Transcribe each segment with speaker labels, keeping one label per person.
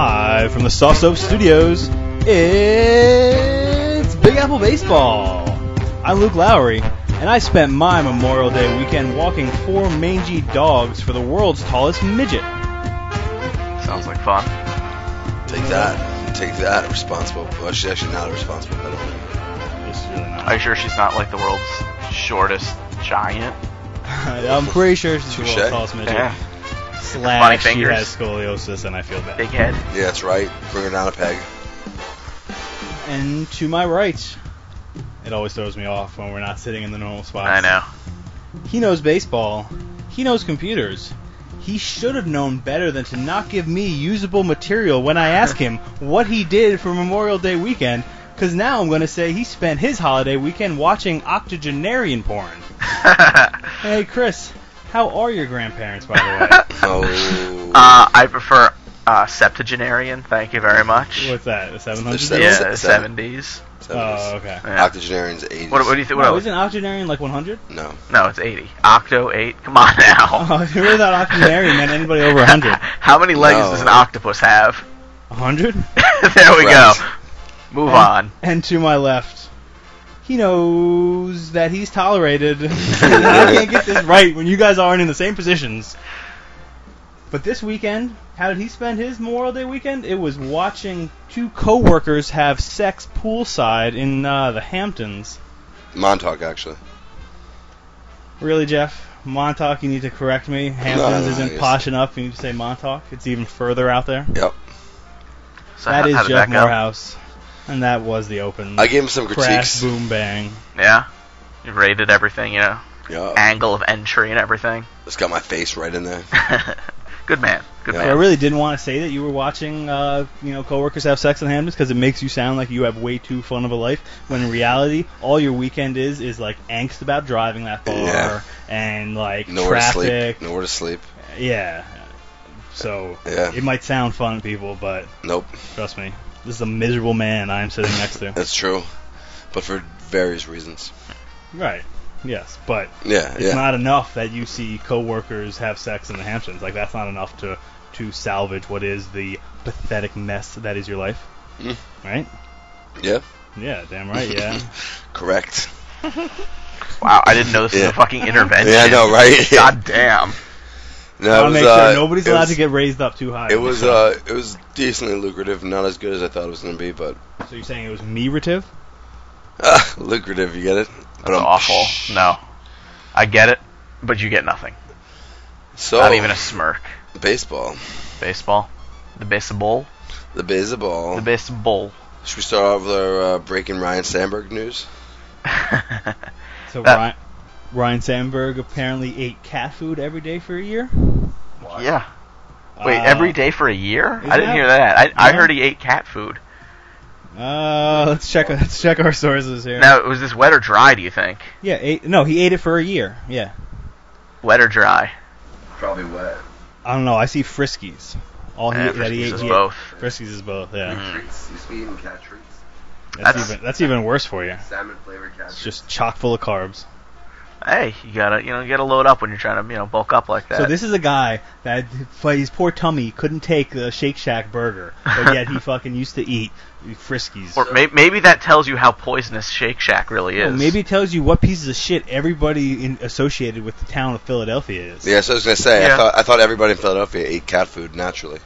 Speaker 1: the Soft Soap Studios, it's Big Apple Baseball. I'm Luke Lowry, and I spent my Memorial Day weekend walking four mangy dogs for the world's tallest midget.
Speaker 2: Sounds like fun.
Speaker 3: Take that. Take that. Responsible. Well, she's actually not a responsible pedophile.
Speaker 1: This is really
Speaker 2: Are you
Speaker 1: nice.
Speaker 2: sure she's not like the world's shortest giant?
Speaker 1: I'm pretty sure she's
Speaker 3: Touche.
Speaker 1: the world's tallest midget.
Speaker 2: Yeah. Funny
Speaker 1: Slash, she
Speaker 2: fingers.
Speaker 1: has scoliosis, and I feel bad.
Speaker 2: Big head.
Speaker 3: Yeah, that's right. Bring her down a peg.
Speaker 1: And to my right, it always throws me off when we're not sitting in the normal spots.
Speaker 2: I know.
Speaker 1: He knows baseball. He knows computers. He should have known better than to not give me usable material when I ask him what he did for Memorial Day weekend, because now I'm going to say he spent his holiday weekend watching octogenarian porn. Hey, Chris, how are your grandparents, by the
Speaker 3: Oh.
Speaker 2: uh, I prefer uh, septuagenarian. Thank you very much.
Speaker 1: way? What's that, the 700s?
Speaker 3: There's
Speaker 2: yeah,
Speaker 3: Seven-
Speaker 2: the
Speaker 3: seven.
Speaker 2: seventies.
Speaker 1: Oh, okay.
Speaker 2: Yeah.
Speaker 3: Octogenarians, 80s.
Speaker 2: What, what do you think? What
Speaker 1: No,
Speaker 2: else?
Speaker 1: isn't octogenarian like 100?
Speaker 3: No.
Speaker 2: No, it's eighty. Octo eight. Come on now.
Speaker 1: Oh, if you were that octogenarian, then anybody over 100.
Speaker 2: How many legs
Speaker 3: No.
Speaker 2: does an octopus have?
Speaker 1: 100?
Speaker 2: there we go.
Speaker 3: Right.
Speaker 2: Move on.
Speaker 1: And to my left, he knows that he's tolerated. I can't get this right when you guys aren't in the same positions. But this weekend, how did he spend his Memorial Day weekend? It was watching two coworkers have sex poolside in uh, the Hamptons.
Speaker 3: Montauk, actually.
Speaker 1: Really, Jeff? Montauk, you need to correct me.
Speaker 3: No, no,
Speaker 1: Hamptons
Speaker 3: no,
Speaker 1: isn't
Speaker 3: Oh, yes.
Speaker 1: posh enough. You need to say Montauk. It's even further out there.
Speaker 3: Yep.
Speaker 2: So
Speaker 1: That
Speaker 2: how,
Speaker 1: is
Speaker 2: how did
Speaker 1: Jeff
Speaker 2: that go?
Speaker 1: Morehouse. And that was the open.
Speaker 3: I gave him some
Speaker 1: Crash,
Speaker 3: critiques.
Speaker 1: boom, bang.
Speaker 2: Yeah. You rated everything, you know,
Speaker 3: Yeah.
Speaker 2: angle of entry and everything.
Speaker 3: It's got my face right in there.
Speaker 2: Good man. Good
Speaker 3: Yeah.
Speaker 1: So I
Speaker 2: man.
Speaker 1: really didn't want to say that you were watching, uh, you know, coworkers have sex in Hamptons because it makes you sound like you have way too fun of a life. When in reality, all your weekend is is like angst about driving that far
Speaker 3: Yeah.
Speaker 1: and like
Speaker 3: Nowhere to
Speaker 1: traffic.
Speaker 3: sleep. Nowhere to sleep.
Speaker 1: Yeah. So
Speaker 3: Yeah.
Speaker 1: it might sound fun, people, but
Speaker 3: Nope.
Speaker 1: trust me, this is a miserable man I'm sitting next to.
Speaker 3: That's true. But for various reasons.
Speaker 1: right. Yes, but
Speaker 3: Yeah,
Speaker 1: it's
Speaker 3: yeah.
Speaker 1: not enough that you see coworkers have sex in the Hamptons. Like that's not enough to to salvage what is the pathetic mess that is your life.
Speaker 3: Mm.
Speaker 1: Right?
Speaker 3: yeah.
Speaker 1: Yeah, damn right, yeah.
Speaker 3: Correct.
Speaker 2: Wow, I didn't know this was
Speaker 3: Yeah.
Speaker 2: a fucking intervention.
Speaker 3: Yeah, I know, right?
Speaker 2: God damn.
Speaker 3: No,
Speaker 1: I want
Speaker 3: it
Speaker 1: to
Speaker 3: was,
Speaker 1: make
Speaker 3: uh,
Speaker 1: sure nobody's
Speaker 3: it
Speaker 1: allowed
Speaker 3: was-
Speaker 1: to get raised up too high.
Speaker 3: It was uh, it was decently lucrative. Not as good as I thought it was going to be, but
Speaker 1: so you're saying it was merative?
Speaker 3: uh, lucrative. You get it? But
Speaker 2: That's
Speaker 3: I'm-
Speaker 2: awful. No. I get it, but you get nothing.
Speaker 3: So
Speaker 2: Not even a smirk.
Speaker 3: baseball.
Speaker 2: Baseball. The baseball.
Speaker 3: The baseball.
Speaker 2: The baseball.
Speaker 3: Should we start off with our uh, breaking Ryan Sandberg news?
Speaker 1: So
Speaker 2: That-
Speaker 1: Ryan, Ryan Sandberg apparently ate cat food every day for a year?
Speaker 2: yeah. Wait,
Speaker 1: Uh,
Speaker 2: every day for a year?
Speaker 1: isn't
Speaker 2: I didn't
Speaker 1: that-
Speaker 2: hear that. I, I
Speaker 1: No.
Speaker 2: heard he ate cat food.
Speaker 1: Uh, let's check. Let's check our sources here.
Speaker 2: Now, was this wet or dry, do you think?
Speaker 1: Yeah, eight, no, he ate it for a year. Yeah,
Speaker 2: Wet or dry?
Speaker 3: Probably wet.
Speaker 1: I don't know. I see Friskies.
Speaker 3: Oh,
Speaker 1: All he,
Speaker 2: Eh,
Speaker 1: that he
Speaker 2: Friskies
Speaker 1: ate.
Speaker 2: is
Speaker 1: he ate-
Speaker 2: both.
Speaker 1: Friskies is both. Yeah,
Speaker 2: Mhm.
Speaker 3: Treats. Used to be eating cat treats.
Speaker 1: that's,
Speaker 2: That's-
Speaker 1: even that's even worse for you.
Speaker 3: Salmon flavored cat
Speaker 1: It's just chock full of carbs.
Speaker 2: Hey, you gotta you know you gotta load up when you're trying to you know bulk up like that.
Speaker 1: So this is a guy that for his poor tummy couldn't take the Shake Shack burger, but yet he fucking used to eat Friskies.
Speaker 2: or may- maybe that tells you how poisonous Shake Shack really
Speaker 1: Well,
Speaker 2: is.
Speaker 1: maybe it tells you what pieces of shit everybody in, associated with the town of Philadelphia is.
Speaker 3: Yeah, so I was gonna say,
Speaker 2: Yeah.
Speaker 3: I thought I thought everybody in Philadelphia ate cat food naturally.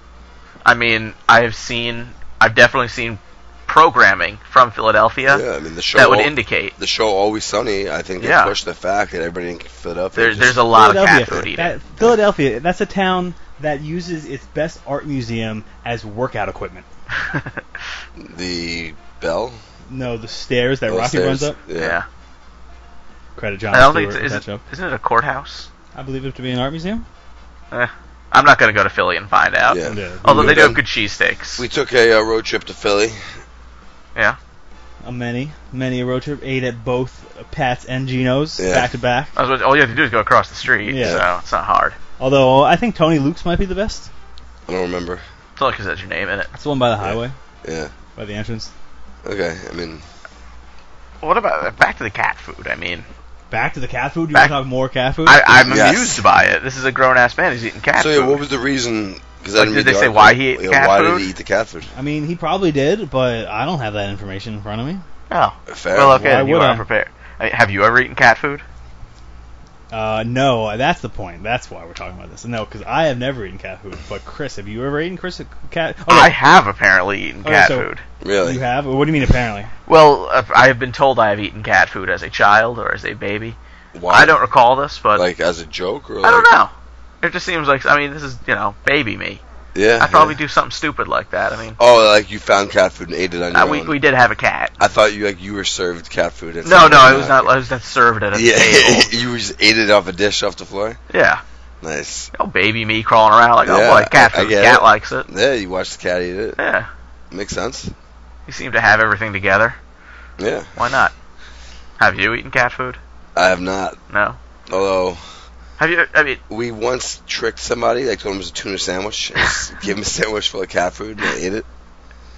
Speaker 2: I mean I've seen I've definitely seen programming from Philadelphia
Speaker 3: Yeah, I mean the show.
Speaker 2: that would
Speaker 3: al-
Speaker 2: indicate
Speaker 3: the show Always Sunny. I think they
Speaker 2: Yeah.
Speaker 3: pushed the fact that everybody in Philadelphia.
Speaker 2: there's
Speaker 3: just-
Speaker 2: there's a lot of cat
Speaker 1: Philadelphia.
Speaker 2: food eating.
Speaker 1: That, Philadelphia, that's a town that uses its best art museum as workout equipment.
Speaker 3: the bell.
Speaker 1: No, the stairs that
Speaker 3: Those
Speaker 1: Rocky runs
Speaker 3: stairs.
Speaker 1: up.
Speaker 3: Yeah.
Speaker 2: yeah,
Speaker 1: Credit John
Speaker 2: I don't think
Speaker 1: Stewart.
Speaker 2: it's,
Speaker 1: for
Speaker 2: is
Speaker 1: that
Speaker 2: it,
Speaker 1: joke.
Speaker 2: isn't it a courthouse?
Speaker 1: I believe it to be an art museum.
Speaker 2: I'm not gonna go to Philly and find out.
Speaker 3: Yeah.
Speaker 1: Yeah.
Speaker 2: Although they do have
Speaker 3: Done.
Speaker 2: good cheesesteaks.
Speaker 3: We took a uh, road trip to Philly.
Speaker 2: Yeah,
Speaker 1: A many, many a road trip. Ate at both Pat's and Geno's
Speaker 3: Yeah.
Speaker 1: back to back.
Speaker 2: I was about- all you have to do is go across the street,
Speaker 1: Yeah.
Speaker 2: so it's not hard.
Speaker 1: Although I think Tony Luke's might be the best.
Speaker 3: I don't remember.
Speaker 2: It's all because that's your name in it.
Speaker 1: That's the one by the highway,
Speaker 3: Yeah.
Speaker 1: by the entrance.
Speaker 3: Okay. I mean,
Speaker 2: What about back to the cat food? I mean,
Speaker 1: Back to the cat food. You
Speaker 2: Back-
Speaker 1: want to talk more cat food?
Speaker 2: I, I'm
Speaker 3: Yes.
Speaker 2: amused by it. This is a grown ass man who's eating cat
Speaker 3: so
Speaker 2: food.
Speaker 3: yeah, what was the reason Because
Speaker 2: Like, did they say why he ate cat
Speaker 3: why
Speaker 2: food?
Speaker 3: did he eat the cat food?
Speaker 1: I mean, he probably did, but I don't have that information in front of me.
Speaker 2: Oh,
Speaker 3: Fair.
Speaker 2: well, okay,
Speaker 1: Why
Speaker 2: then you
Speaker 1: would
Speaker 2: are
Speaker 1: I?
Speaker 2: prepared. I mean, have you ever eaten cat food?
Speaker 1: Uh, no, that's the point. That's why we're talking about this. No, because I have never eaten cat food. But Chris, have you ever eaten Chris cat? Oh,
Speaker 2: I have apparently eaten
Speaker 1: Okay,
Speaker 2: cat
Speaker 1: so-
Speaker 2: food.
Speaker 3: Really?
Speaker 1: you have. What do you mean? Apparently,
Speaker 2: Well, uh, I have been told I have eaten cat food as a child or as a baby.
Speaker 3: Why?
Speaker 2: I don't recall this, but
Speaker 3: like as a joke or
Speaker 2: I
Speaker 3: like,
Speaker 2: don't know. It just seems like I mean, this is you know, baby me.
Speaker 3: Yeah.
Speaker 2: I probably
Speaker 3: yeah.
Speaker 2: do something stupid like that. I mean,
Speaker 3: Oh, like you found cat food and ate it on your
Speaker 2: uh, we
Speaker 3: own.
Speaker 2: we did have a cat.
Speaker 3: I thought you like you were served cat food. at
Speaker 2: No,
Speaker 3: some
Speaker 2: no,
Speaker 3: point.
Speaker 2: I was not. I was not served at a
Speaker 3: Yeah,
Speaker 2: table.
Speaker 3: you just ate it off a dish off the floor.
Speaker 2: Yeah,
Speaker 3: Nice.
Speaker 2: oh baby me crawling around like
Speaker 3: Yeah,
Speaker 2: oh boy, cat
Speaker 3: I- I
Speaker 2: food.
Speaker 3: get
Speaker 2: Cat
Speaker 3: it.
Speaker 2: likes it.
Speaker 3: Yeah, you watched the cat eat it.
Speaker 2: Yeah,
Speaker 3: Makes sense.
Speaker 2: you seem to have everything together.
Speaker 3: Yeah,
Speaker 2: Why not? Have you eaten cat food?
Speaker 3: I have not.
Speaker 2: No.
Speaker 3: Although
Speaker 2: Have you? I mean,
Speaker 3: we once tricked somebody, like told him it was a tuna sandwich, and s- gave him a sandwich full of cat food, and they ate it.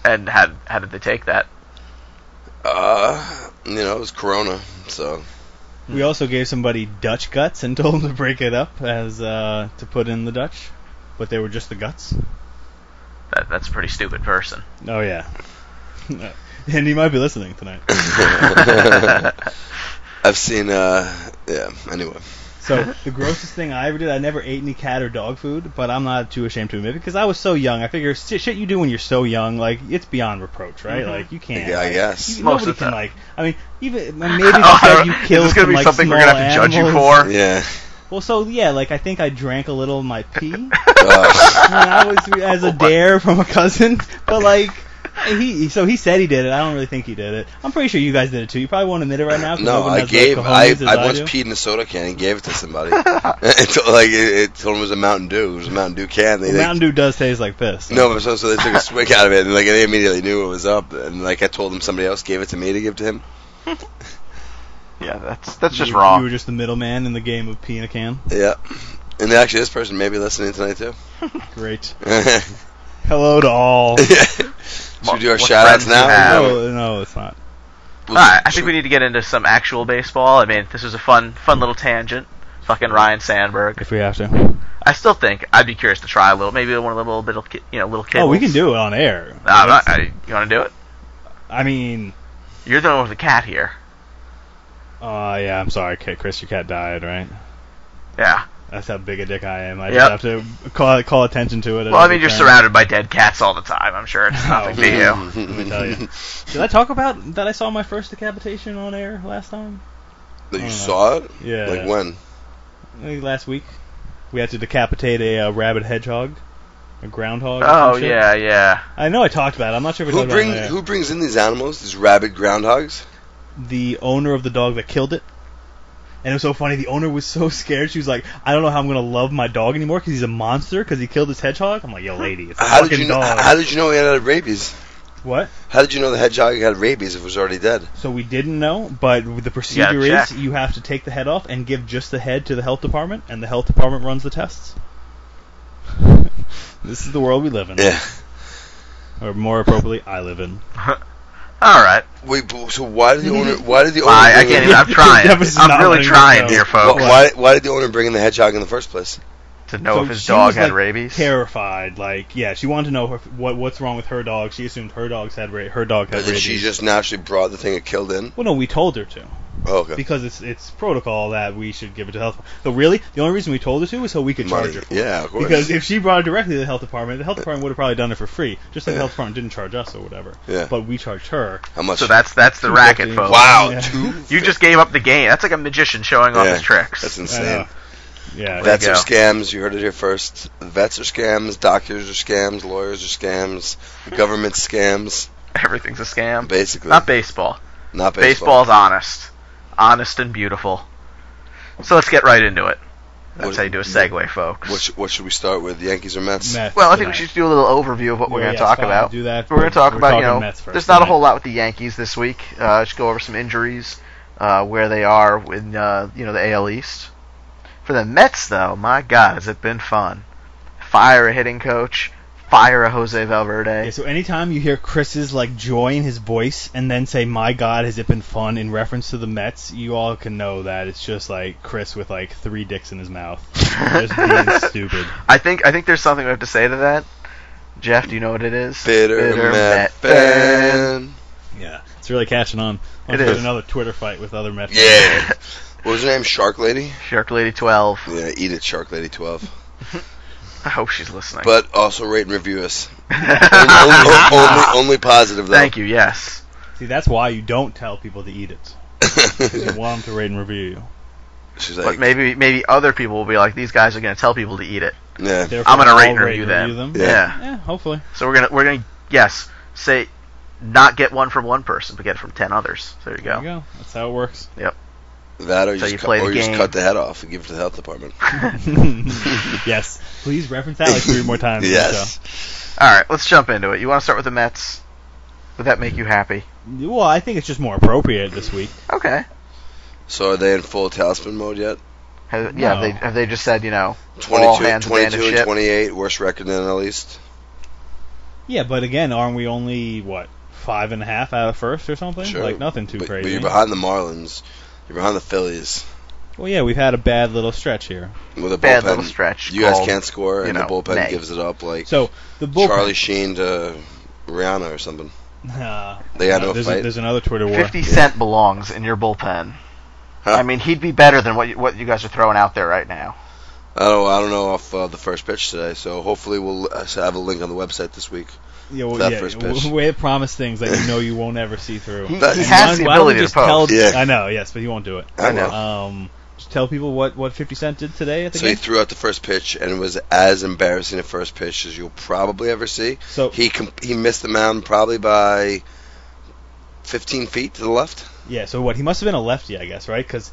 Speaker 2: and how how did they take that?
Speaker 3: Uh, you know, it was Corona, so
Speaker 1: we also gave somebody Dutch guts and told them to break it up as uh, to put in the Dutch, but they were just the guts.
Speaker 2: that that's a pretty stupid person.
Speaker 1: Oh yeah, and he might be listening tonight.
Speaker 3: I've seen. Uh, yeah. Anyway,
Speaker 1: So the grossest thing I ever did, I never ate any cat or dog food, but I'm not too ashamed to admit it because I was so young. I figure shit, shit you do when you're so young, like it's beyond reproach, right?
Speaker 2: Mhm.
Speaker 1: Like you can't.
Speaker 3: Yeah, I
Speaker 1: like,
Speaker 3: guess.
Speaker 1: you-
Speaker 2: Most
Speaker 1: nobody
Speaker 2: of
Speaker 1: can
Speaker 2: the-
Speaker 1: like. I mean, even maybe they
Speaker 2: Oh,
Speaker 1: said you
Speaker 2: is
Speaker 1: killed
Speaker 2: this gonna
Speaker 1: some,
Speaker 2: be
Speaker 1: like,
Speaker 2: something we're gonna
Speaker 1: small
Speaker 2: have to judge you
Speaker 1: animals.
Speaker 2: for?
Speaker 3: yeah.
Speaker 1: Well, so yeah, like I think I drank a little of my pee.
Speaker 3: Uh,
Speaker 1: when I was as a dare from a cousin, but like he so he said he did it. I don't really think he did it. I'm pretty sure you guys did it too. You probably won't admit it right now. 'cause
Speaker 3: no,
Speaker 1: nobody
Speaker 3: I
Speaker 1: has
Speaker 3: gave.
Speaker 1: the
Speaker 3: I,
Speaker 1: cojones as
Speaker 3: I once
Speaker 1: do.
Speaker 3: peed in a soda can and gave it to somebody. it told, like it, it told him it was a Mountain Dew. It was a Mountain Dew can. They,
Speaker 1: Well,
Speaker 3: they-
Speaker 1: Mountain Dew does taste like piss.
Speaker 3: No, but so, so they took a swig out of it, and like they immediately knew it was up. And like I told them, somebody else gave it to me to give to him.
Speaker 2: Yeah, that's that's
Speaker 1: you, You were just the middleman in the game of pee in a can.
Speaker 3: Yeah, and actually, this person may be listening tonight too.
Speaker 1: Great.
Speaker 3: yeah.
Speaker 1: Hello to all.
Speaker 3: Should we do our
Speaker 2: What
Speaker 3: shout outs
Speaker 2: friends you
Speaker 3: now?
Speaker 2: have.
Speaker 1: no, no, it's not.
Speaker 3: We'll
Speaker 2: All right, I
Speaker 3: just-
Speaker 2: think we need to get into some actual baseball. I mean, this was a fun fun little tangent. Fucking Ryan Sandberg.
Speaker 1: If we have to.
Speaker 2: I still think I'd be curious to try a little, maybe one of the little bit, of ki- you know, little kids.
Speaker 1: Oh, we can do it on air.
Speaker 2: you want to do it?
Speaker 1: I mean,
Speaker 2: You're the one with the cat here.
Speaker 1: uh, yeah. I'm sorry, Kit- Chris. Your cat died, right?
Speaker 2: Yeah.
Speaker 1: That's how big a dick I am. I
Speaker 2: Yep.
Speaker 1: just have to call call attention to it. at
Speaker 2: Well, I
Speaker 1: every
Speaker 2: mean, you're
Speaker 1: turn.
Speaker 2: surrounded by dead cats all the time. I'm sure it's nothing
Speaker 1: Oh,
Speaker 2: to you.
Speaker 1: Mm, Let me tell you. Did I talk about that I saw my first decapitation on air last time?
Speaker 3: That
Speaker 1: Oh,
Speaker 3: you
Speaker 1: no.
Speaker 3: saw it?
Speaker 1: Yeah.
Speaker 3: Like when?
Speaker 1: I think last week. We had to decapitate a uh, rabid hedgehog. A groundhog. or
Speaker 2: Oh
Speaker 1: some shit.
Speaker 2: yeah, yeah.
Speaker 1: I know I talked about it. I'm not sure if we
Speaker 3: Who
Speaker 1: talked about it.
Speaker 3: brings
Speaker 1: on air.
Speaker 3: Who brings in these animals? These rabid groundhogs?
Speaker 1: The owner of the dog that killed it. And it was so funny. The owner was so scared. She was like, "I don't know how I'm gonna love my dog anymore because he's a monster because he killed this hedgehog." I'm like, "Yo, lady, it's a
Speaker 3: How
Speaker 1: fucking
Speaker 3: did you know?
Speaker 1: dog."
Speaker 3: How did you know he had rabies?
Speaker 1: what?
Speaker 3: How did you know the hedgehog had rabies if it was already dead?
Speaker 1: So we didn't know, but the
Speaker 2: gotta
Speaker 1: procedure
Speaker 2: check.
Speaker 1: is you have to take the head off and give just the head to the health department, and the health department runs the tests. this is the world we live in,
Speaker 3: Yeah.
Speaker 1: or more appropriately, I live in.
Speaker 2: All right.
Speaker 3: Wait, but, so why did the owner? Why did the owner?
Speaker 2: Oh, I, I
Speaker 3: bring
Speaker 2: can't.
Speaker 3: in-
Speaker 2: Even, I'm trying.
Speaker 1: Oh, That was not
Speaker 2: I'm really
Speaker 1: letting
Speaker 2: trying
Speaker 1: it go.
Speaker 2: here,
Speaker 3: Why,
Speaker 2: folks,
Speaker 3: why, why did the owner bring in the hedgehog in the first place?
Speaker 2: to know
Speaker 1: So
Speaker 2: if his
Speaker 1: she
Speaker 2: dog
Speaker 1: was,
Speaker 2: had
Speaker 1: like,
Speaker 2: rabies.
Speaker 1: Terrified, like yeah, she wanted to know her, what what's wrong with her dog. She assumed her dog's had ra- her dog had
Speaker 3: Or did
Speaker 1: rabies.
Speaker 3: she just naturally brought the thing it killed in?
Speaker 1: well, no, we told her to
Speaker 3: Oh, okay.
Speaker 1: because it's it's protocol that we should give it to health. So really, the only reason we told her to was so we could charge
Speaker 3: Money.
Speaker 1: her. For it.
Speaker 3: Yeah, of course.
Speaker 1: Because if she brought it directly to the health department, the health department would have probably done it for free, just like the health department didn't charge us or whatever.
Speaker 3: Yeah.
Speaker 1: But we charged her.
Speaker 3: How much?
Speaker 2: So that's that's the racket,
Speaker 1: fifty.
Speaker 2: folks.
Speaker 3: wow.
Speaker 1: Yeah.
Speaker 3: Two.
Speaker 2: You just gave up the game. That's like a magician showing off
Speaker 3: Yeah.
Speaker 2: his tricks.
Speaker 3: That's
Speaker 1: I know.
Speaker 3: insane.
Speaker 1: uh, Yeah.
Speaker 2: That-
Speaker 3: Vets are
Speaker 2: go.
Speaker 3: scams. You heard it here first. Vets are scams. Doctors are scams. Lawyers are scams. Government scams.
Speaker 2: Everything's a scam.
Speaker 3: Basically,
Speaker 2: Not baseball.
Speaker 3: Not
Speaker 2: Baseball's honest. Honest and beautiful. So let's get right into it. That's
Speaker 3: What-
Speaker 2: how you do a segue, folks.
Speaker 3: What, sh- what should we start with? Yankees or Mets?
Speaker 1: Mets
Speaker 2: well, I think we
Speaker 1: tonight.
Speaker 2: should do a little overview of what we're
Speaker 1: Yeah,
Speaker 2: going
Speaker 1: yeah,
Speaker 2: to talk
Speaker 1: stop.
Speaker 2: about.
Speaker 1: Do that.
Speaker 2: We're going to talk
Speaker 1: We're
Speaker 2: about, you
Speaker 1: talking
Speaker 2: know,
Speaker 1: Mets first
Speaker 2: there's not a
Speaker 1: tonight.
Speaker 2: whole lot with the Yankees this week. Uh, just go over some injuries, uh, where they are with, uh, you know, the AL East. For the Mets, though, my God, has it been fun. Fire a hitting coach, fire a Jose Valverde.
Speaker 1: Yeah, so anytime you hear Chris's like joy in his voice and then say, "My God, has it been fun?" in reference to the Mets, you all can know that it's just like Chris with like three dicks in his mouth, just being stupid.
Speaker 2: I think I think there's something we have to say to that. Jeff, do you know what it is?
Speaker 3: Bitter, Met, fan.
Speaker 1: Yeah, it's really catching on.
Speaker 2: It
Speaker 1: There's
Speaker 2: is.
Speaker 1: another Twitter fight with other Mets.
Speaker 3: Yeah. What was her name? Shark Lady?
Speaker 2: Shark Lady 12.
Speaker 3: Yeah, eat it, Shark Lady 12.
Speaker 2: I hope she's listening.
Speaker 3: But also rate and review us. only, only, only, only positive, though.
Speaker 2: Thank you. Yes.
Speaker 1: See, that's why you don't tell people to eat it. You want them to rate and review you.
Speaker 3: She's
Speaker 2: But
Speaker 3: like,
Speaker 2: maybe maybe other people will be like, these guys are gonna tell people to eat it.
Speaker 3: yeah.
Speaker 1: Therefore,
Speaker 2: I'm gonna
Speaker 1: I'll
Speaker 2: rate and review them.
Speaker 3: Yeah.
Speaker 1: Yeah, hopefully.
Speaker 2: So we're gonna we're gonna yes say not get one from one person, but get it from ten others. There you
Speaker 1: There
Speaker 2: go.
Speaker 1: you go. That's how it works.
Speaker 3: That or, you
Speaker 2: So
Speaker 3: just,
Speaker 2: you
Speaker 3: cut-
Speaker 2: play the
Speaker 3: or you just
Speaker 2: game.
Speaker 3: cut the head off and give it to the health department.
Speaker 1: yes. Please reference that like three more times. in the
Speaker 3: yes.
Speaker 2: All right, let's jump into it. You want to start with the Mets? Would that make you happy?
Speaker 1: show. Well, I think it's just more appropriate this week.
Speaker 2: Okay.
Speaker 3: So are they in full talisman mode yet?
Speaker 2: Have, Yeah.
Speaker 1: No.
Speaker 2: Have they have they just said you know all
Speaker 3: 22,
Speaker 2: hands abandon
Speaker 3: 22 and
Speaker 2: ship?
Speaker 3: 28, worst record in the least.
Speaker 1: Yeah, but again, aren't we only what five and a half out of first or something?
Speaker 3: Sure.
Speaker 1: Like nothing too
Speaker 3: But, but
Speaker 1: crazy.
Speaker 3: you're behind the Marlins. You're behind the Phillies
Speaker 1: well, yeah, we've had a bad little stretch here.
Speaker 3: with a
Speaker 2: Bad
Speaker 3: bullpen.
Speaker 2: little stretch.
Speaker 3: You guys
Speaker 2: called-
Speaker 3: can't score,
Speaker 2: you
Speaker 3: and
Speaker 2: know,
Speaker 3: the bullpen
Speaker 2: May.
Speaker 3: gives it up like
Speaker 1: So the bullpen.
Speaker 3: Charlie Sheen to Rihanna or something.
Speaker 1: Nah.
Speaker 3: They had
Speaker 1: Uh,
Speaker 3: no
Speaker 1: there's,
Speaker 3: fight.
Speaker 1: A, there's another Twitter war.
Speaker 2: Fifty Cent belongs in your bullpen.
Speaker 3: Huh?
Speaker 2: I mean, he'd be better than what you, what you guys are throwing out there right now.
Speaker 3: I don't, I don't know off uh, the first pitch today, so hopefully we'll uh, have a link on the website this week.
Speaker 1: Yeah, well,
Speaker 3: that
Speaker 1: yeah,
Speaker 3: first
Speaker 1: w-
Speaker 3: pitch.
Speaker 1: Way to promise things that you know you won't ever see through.
Speaker 2: He,
Speaker 3: That-
Speaker 2: he
Speaker 3: And
Speaker 2: has
Speaker 1: why-
Speaker 2: the
Speaker 1: why don't
Speaker 2: ability
Speaker 1: we
Speaker 2: to
Speaker 1: just tell-
Speaker 2: post.
Speaker 3: Yeah.
Speaker 1: I know, yes, but he won't do it.
Speaker 3: I
Speaker 2: I know.
Speaker 3: will.
Speaker 1: Um, just tell people what, what 50 Cent did today at the
Speaker 3: Uh, So he
Speaker 1: game.
Speaker 3: threw out the first pitch, and it was as embarrassing a first pitch as you'll probably ever see.
Speaker 1: So
Speaker 3: He com- he missed the mound probably by 15 feet to the left.
Speaker 1: yeah, so what? He must have been a lefty, I guess, right? Because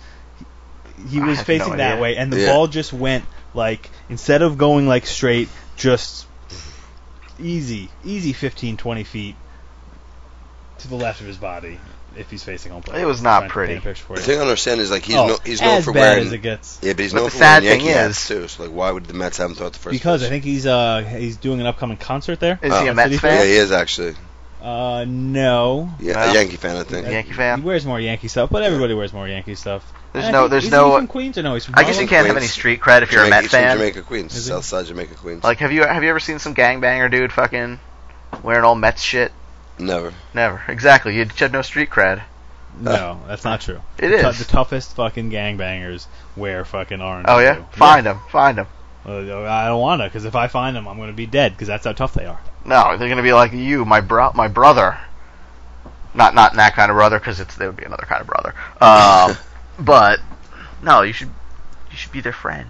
Speaker 1: he
Speaker 2: I
Speaker 1: was
Speaker 2: have
Speaker 1: facing
Speaker 2: no
Speaker 1: that
Speaker 2: idea.
Speaker 1: way, and the
Speaker 3: Yeah.
Speaker 1: ball just went like instead of going like straight, just easy, easy 15, 20 feet to the left of his body if he's facing home plate.
Speaker 2: It was not
Speaker 1: Trying to
Speaker 2: pretty.
Speaker 1: paint a picture for
Speaker 3: The
Speaker 1: you.
Speaker 3: thing I understand is like he's
Speaker 1: oh,
Speaker 3: no, he's known
Speaker 1: as
Speaker 3: for
Speaker 1: bad
Speaker 3: wearing
Speaker 1: as it gets.
Speaker 3: yeah, but he's
Speaker 2: But
Speaker 3: known
Speaker 2: the
Speaker 3: for
Speaker 2: sad
Speaker 3: wearing
Speaker 2: thing
Speaker 3: Yankee hats
Speaker 2: is-
Speaker 3: too. So like, why would the Mets have him throw out the first?
Speaker 1: Because
Speaker 3: pitch?
Speaker 1: I think he's uh he's doing an upcoming concert there.
Speaker 2: Is
Speaker 3: Oh.
Speaker 2: he a
Speaker 1: what he
Speaker 3: That's
Speaker 2: Mets
Speaker 3: yeah,
Speaker 2: fan?
Speaker 3: he is actually
Speaker 1: Uh no.
Speaker 3: yeah
Speaker 2: Wow.
Speaker 3: a Yankee fan. I think.
Speaker 2: Yankee
Speaker 1: He
Speaker 2: fan.
Speaker 1: wears more Yankee stuff, but everybody wears more Yankee stuff.
Speaker 2: There's
Speaker 1: And I
Speaker 2: no-
Speaker 1: think-
Speaker 2: there's
Speaker 1: is
Speaker 2: no-
Speaker 1: He from Queens or no? He's from
Speaker 2: I guess you
Speaker 1: Harlem?
Speaker 2: can't have any street cred if you're a
Speaker 3: Jamaica,
Speaker 2: Met
Speaker 3: he's from
Speaker 2: fan.
Speaker 3: Jamaica Queens,
Speaker 1: Is he?
Speaker 3: South Side Jamaica Queens.
Speaker 2: Like, have you have you ever seen some gangbanger dude fucking wearing all Mets shit?
Speaker 3: Never.
Speaker 2: Never. Exactly. You'd have no street cred.
Speaker 1: No, that's not true.
Speaker 2: It
Speaker 1: the tou-
Speaker 2: is.
Speaker 1: the toughest fucking gangbangers wear fucking orange.
Speaker 2: Oh yeah.
Speaker 1: too.
Speaker 2: Find him. Find him.
Speaker 1: Uh, I don't want to, because if I find them, I'm going to be dead, because that's how tough they are.
Speaker 2: No, they're gonna be like you, my bro, my brother. Not not that kind of brother, because it's they would be another kind of brother. Um, but no, you should you should be their friend.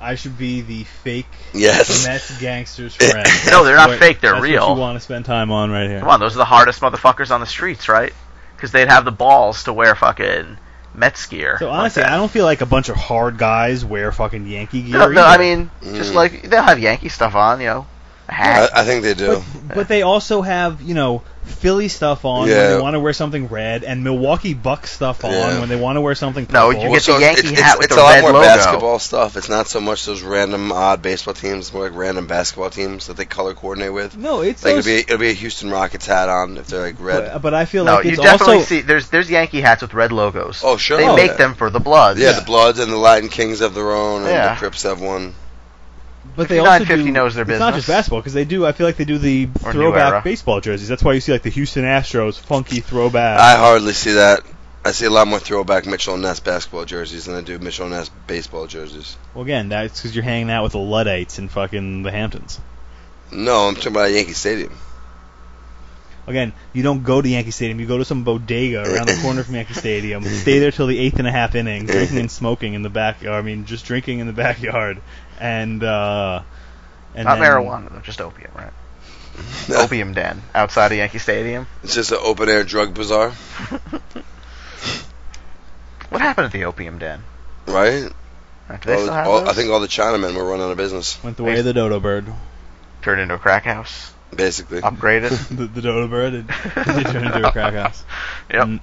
Speaker 1: I should be the fake
Speaker 3: Yes.
Speaker 1: Mets gangsters friend.
Speaker 2: No, they're
Speaker 1: That's
Speaker 2: not
Speaker 1: what-
Speaker 2: fake, they're
Speaker 1: that's
Speaker 2: real.
Speaker 1: What you want to spend time on right here?
Speaker 2: Come on, those are the hardest motherfuckers on the streets, right? Because they'd have the balls to wear fucking Mets gear.
Speaker 1: So
Speaker 2: like
Speaker 1: honestly,
Speaker 2: that.
Speaker 1: I don't feel like a bunch of hard guys wear fucking Yankee gear.
Speaker 2: No, no, I
Speaker 1: either.
Speaker 2: mean, just
Speaker 3: Mm.
Speaker 2: like they'll have Yankee stuff on, you know, a
Speaker 3: I,
Speaker 2: hat.
Speaker 3: I think they do.
Speaker 1: But, but they also have, you know, Philly stuff on when
Speaker 3: Yeah.
Speaker 1: they want to wear something red, and Milwaukee Bucks stuff on
Speaker 3: Yeah.
Speaker 1: when they want to wear something
Speaker 2: No,
Speaker 1: purple.
Speaker 2: you get- the
Speaker 3: it's-
Speaker 2: Yankee
Speaker 3: it's,
Speaker 2: hat
Speaker 3: it's,
Speaker 2: with
Speaker 3: it's
Speaker 2: the
Speaker 3: a lot
Speaker 2: red
Speaker 3: more
Speaker 2: logo.
Speaker 3: basketball stuff. It's not so much those random odd baseball teams, more like random basketball teams that they color coordinate with.
Speaker 1: no, it's
Speaker 3: Like
Speaker 1: those-
Speaker 3: it'll be it'll be a Houston Rockets hat on if they're like red.
Speaker 1: But, but I feel
Speaker 2: no,
Speaker 1: like
Speaker 2: you
Speaker 1: it's
Speaker 2: definitely
Speaker 1: also
Speaker 2: see there's there's Yankee hats with red logos.
Speaker 3: Oh sure.
Speaker 2: they
Speaker 1: Oh,
Speaker 2: make
Speaker 3: yeah.
Speaker 2: them for the Bloods.
Speaker 3: Yeah, the Bloods and the Latin Kings have their own, and
Speaker 2: Yeah.
Speaker 3: the Crips have one.
Speaker 1: but they
Speaker 2: 59,
Speaker 1: also do,
Speaker 2: 50 knows their
Speaker 1: it's not
Speaker 2: business.
Speaker 1: just basketball because they do. I feel like they do the
Speaker 2: Or new era.
Speaker 1: throwback baseball jerseys. That's why you see like the Houston Astros funky
Speaker 2: Uh,
Speaker 1: throwback.
Speaker 3: I hardly see that. I see a lot more throwback Mitchell and Ness basketball jerseys than I do Mitchell and Ness baseball jerseys.
Speaker 1: well, again, that's because you're hanging out with the Luddites in fucking the Hamptons.
Speaker 3: No, I'm talking about Yankee Stadium.
Speaker 1: Again, you don't go to Yankee Stadium. You go to some bodega around the corner from Yankee Stadium. Stay there till the eighth and a half inning, drinking and smoking in the back. Or, I mean, just drinking in the backyard, and uh, and
Speaker 2: not
Speaker 1: then-
Speaker 2: marijuana, though, just opium, right? opium den outside of Yankee Stadium.
Speaker 3: It's just an open air drug bazaar,
Speaker 2: What happened at the opium den?
Speaker 3: right?
Speaker 2: Do they
Speaker 3: All-
Speaker 2: still have
Speaker 3: all-
Speaker 2: those?
Speaker 3: I think all the Chinamen were running out of business,
Speaker 1: Went the way of the dodo bird.
Speaker 2: turned into a crack house,
Speaker 3: basically.
Speaker 2: Um, upgraded.
Speaker 1: the, the dodo bird. It, it turned into a crack house.
Speaker 2: yep,
Speaker 1: Mm.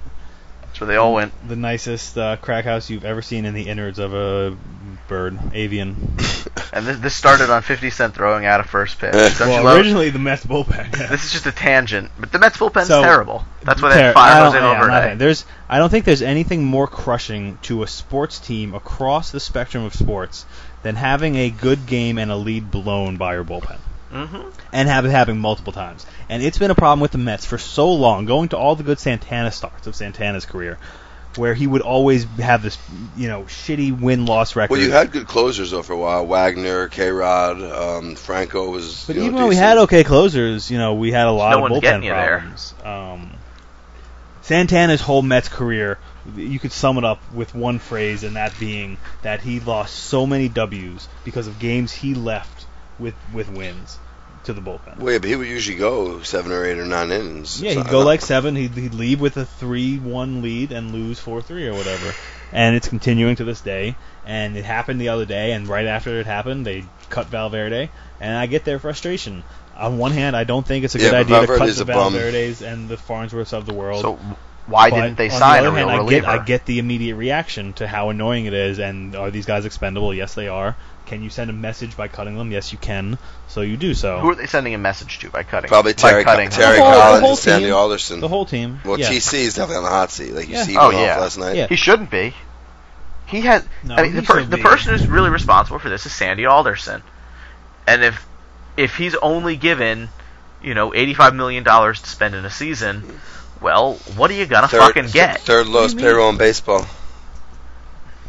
Speaker 2: that's where they all went.
Speaker 1: the nicest uh, crack house you've ever seen in the innards of a bird, avian.
Speaker 2: And this, this started on 50 Cent throwing out a first pitch.
Speaker 3: Eh.
Speaker 2: Don't you
Speaker 1: well,
Speaker 2: love?
Speaker 1: originally the Mets bullpen. yeah.
Speaker 2: This is just a tangent, but the Mets bullpen's
Speaker 1: So-
Speaker 2: terrible. That's why
Speaker 1: Ter-
Speaker 2: they
Speaker 1: I
Speaker 2: fired
Speaker 1: don't-
Speaker 2: Jose
Speaker 1: yeah, not
Speaker 2: Valverde.
Speaker 1: bad. There's, I don't think there's anything more crushing to a sports team across the spectrum of sports than having a good game and a lead blown by your bullpen,
Speaker 2: Mm-hmm.
Speaker 1: and have it happen multiple times. And it's been a problem with the Mets for so long, going to all the good Santana starts of Santana's career, where he would always have this, you know, shitty win loss record.
Speaker 3: Well, you had good closers though for a while. Wagner, K. Rod, um, Franco was.
Speaker 1: But
Speaker 3: you know,
Speaker 1: even when we
Speaker 3: decent.
Speaker 1: had okay closers, you know, we had a lot
Speaker 2: No
Speaker 1: of
Speaker 2: one's getting
Speaker 1: bullpen
Speaker 2: you there.
Speaker 1: problems. Um, Santana's whole Mets career, you could sum it up with one phrase, and that being that he lost so many Ws because of games he left with with wins to the bullpen.
Speaker 3: Well, yeah, but he would usually go seven or eight or nine innings.
Speaker 1: Yeah, he'd
Speaker 3: So-
Speaker 1: go like seven. He'd, he'd leave with a three-one lead and lose four-three or whatever, and it's continuing to this day. And it happened the other day, and right after it happened, they cut Valverde, and I get their frustration. On one hand, I don't think it's a
Speaker 3: Yeah,
Speaker 1: good
Speaker 3: but
Speaker 1: idea
Speaker 3: Valverde's
Speaker 1: to cut
Speaker 3: a
Speaker 1: the
Speaker 3: bum.
Speaker 1: Valverdes and the Farnsworths of the world.
Speaker 2: So why
Speaker 1: but
Speaker 2: didn't they
Speaker 1: on
Speaker 2: sign
Speaker 1: the
Speaker 2: a
Speaker 1: other
Speaker 2: real
Speaker 1: hand, I
Speaker 2: reliever?
Speaker 1: Get, I get the immediate reaction to how annoying it is, and are these guys expendable? Yes, they are. Can you send a message by cutting them? Yes, you can. So you do so.
Speaker 2: Who are they sending a message to by cutting?
Speaker 3: Probably
Speaker 2: by
Speaker 3: Terry,
Speaker 2: cutting.
Speaker 3: Terry
Speaker 1: The whole- the
Speaker 3: Collins
Speaker 1: whole
Speaker 3: and Sandy
Speaker 1: team.
Speaker 3: Alderson.
Speaker 1: the whole team.
Speaker 3: well,
Speaker 1: yeah.
Speaker 3: TC is definitely on the hot seat. Like you
Speaker 1: Yeah.
Speaker 3: see, he
Speaker 2: Oh,
Speaker 3: went
Speaker 2: yeah.
Speaker 3: off last night.
Speaker 1: Yeah.
Speaker 2: He shouldn't be. He has.
Speaker 1: No,
Speaker 2: I mean, the,
Speaker 1: he
Speaker 2: per-
Speaker 1: should
Speaker 2: the
Speaker 1: be.
Speaker 2: person who's really responsible for this is Sandy Alderson, and if if he's only given, you know, eighty five million dollars to spend in a season, well, what are you gonna
Speaker 3: Third,
Speaker 2: fucking get?
Speaker 3: third lowest
Speaker 1: What do you mean?
Speaker 3: payroll in baseball.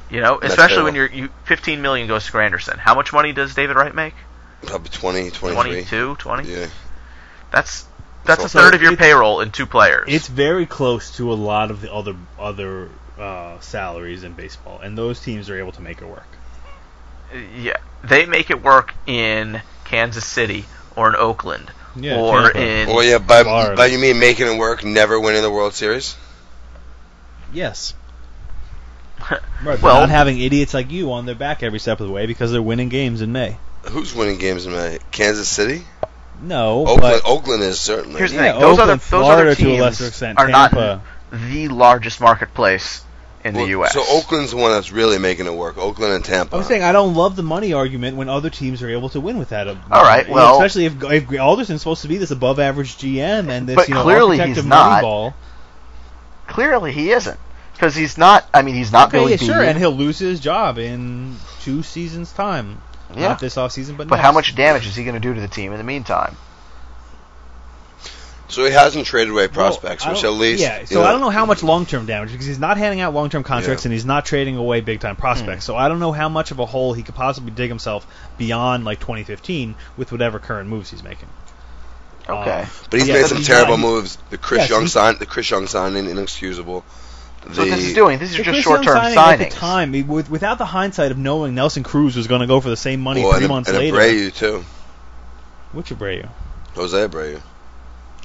Speaker 2: you know,
Speaker 3: That's
Speaker 2: especially when
Speaker 3: terrible.
Speaker 2: you're you, fifteen million goes to Granderson. How much money does David Wright make?
Speaker 3: Probably 20, 23.
Speaker 2: 22, 20?
Speaker 3: Yeah.
Speaker 2: That's that's a
Speaker 3: So
Speaker 2: third of your
Speaker 1: it's-
Speaker 2: payroll in two players.
Speaker 1: It's very close to a lot of the other other uh, salaries in baseball, and those teams are able to make it work.
Speaker 2: yeah, they make it work in Kansas City or in Oakland
Speaker 1: Yeah,
Speaker 2: or
Speaker 1: Tampa.
Speaker 2: in
Speaker 3: Well, Oh, yeah, by,
Speaker 1: Florida.
Speaker 3: by you mean making it work, never winning the World Series?
Speaker 1: Yes. Right, but
Speaker 2: Well-
Speaker 1: not having idiots like you on their back every step of the way because they're winning games in May.
Speaker 3: Who's winning games in May? Kansas City?
Speaker 1: No,
Speaker 3: Oakland, Oakland is certainly.
Speaker 2: Here's the
Speaker 1: Yeah,
Speaker 2: thing: those
Speaker 1: Oakland,
Speaker 2: other those
Speaker 1: Florida
Speaker 2: other
Speaker 1: to a
Speaker 2: teams
Speaker 1: lesser extent,
Speaker 2: are
Speaker 1: Tampa.
Speaker 2: not the largest marketplace in
Speaker 3: Well,
Speaker 2: the U.S.
Speaker 3: So Oakland's the one that's really making it work. Oakland and Tampa.
Speaker 1: but I'm saying I don't love the money argument when other teams are able to win with that. All
Speaker 2: right, well-
Speaker 1: especially if, if Alderson's supposed to be this above-average GM and this
Speaker 2: But
Speaker 1: you know
Speaker 2: clearly
Speaker 1: architect
Speaker 2: he's
Speaker 1: of
Speaker 2: not.
Speaker 1: Moneyball.
Speaker 2: Clearly, he isn't because he's not. I mean, he's not
Speaker 1: Okay,
Speaker 2: Billy
Speaker 1: yeah, sure,
Speaker 2: Beane.
Speaker 1: and he'll lose his job in two seasons' time.
Speaker 2: Yeah.
Speaker 1: Not this offseason, but
Speaker 2: but how
Speaker 1: next.
Speaker 2: much damage is he going to do to the team in the meantime?
Speaker 3: So he hasn't traded away
Speaker 1: Well,
Speaker 3: prospects,
Speaker 1: I
Speaker 3: which at
Speaker 1: don't-
Speaker 3: least.
Speaker 1: Yeah,
Speaker 3: you
Speaker 1: so I don't know how much long term damage because he's not handing out long term contracts
Speaker 3: Yeah. Hmm.
Speaker 1: and he's not trading away big time prospects. So I don't know how much of a hole he could possibly dig himself beyond like 2015 with whatever current moves he's making.
Speaker 2: Okay,
Speaker 1: Um,
Speaker 3: But he's
Speaker 1: Yeah,
Speaker 3: made
Speaker 1: but
Speaker 3: some
Speaker 1: he's
Speaker 3: terrible
Speaker 1: not-
Speaker 3: moves. The Chris
Speaker 1: Yes,
Speaker 3: Young
Speaker 1: he-
Speaker 3: sign, the Chris Young signing, inexcusable. The,
Speaker 2: so what this is doing these are
Speaker 1: The
Speaker 2: just
Speaker 1: Chris
Speaker 2: short-term
Speaker 1: Young signing
Speaker 2: signings.
Speaker 1: at the time, he- with, without the hindsight of knowing Nelson Cruz was going to go for the same money
Speaker 3: Well,
Speaker 1: three
Speaker 3: and,
Speaker 1: months
Speaker 3: and
Speaker 1: later.
Speaker 3: Abreu too.
Speaker 1: Which Abreu?
Speaker 3: Jose Abreu.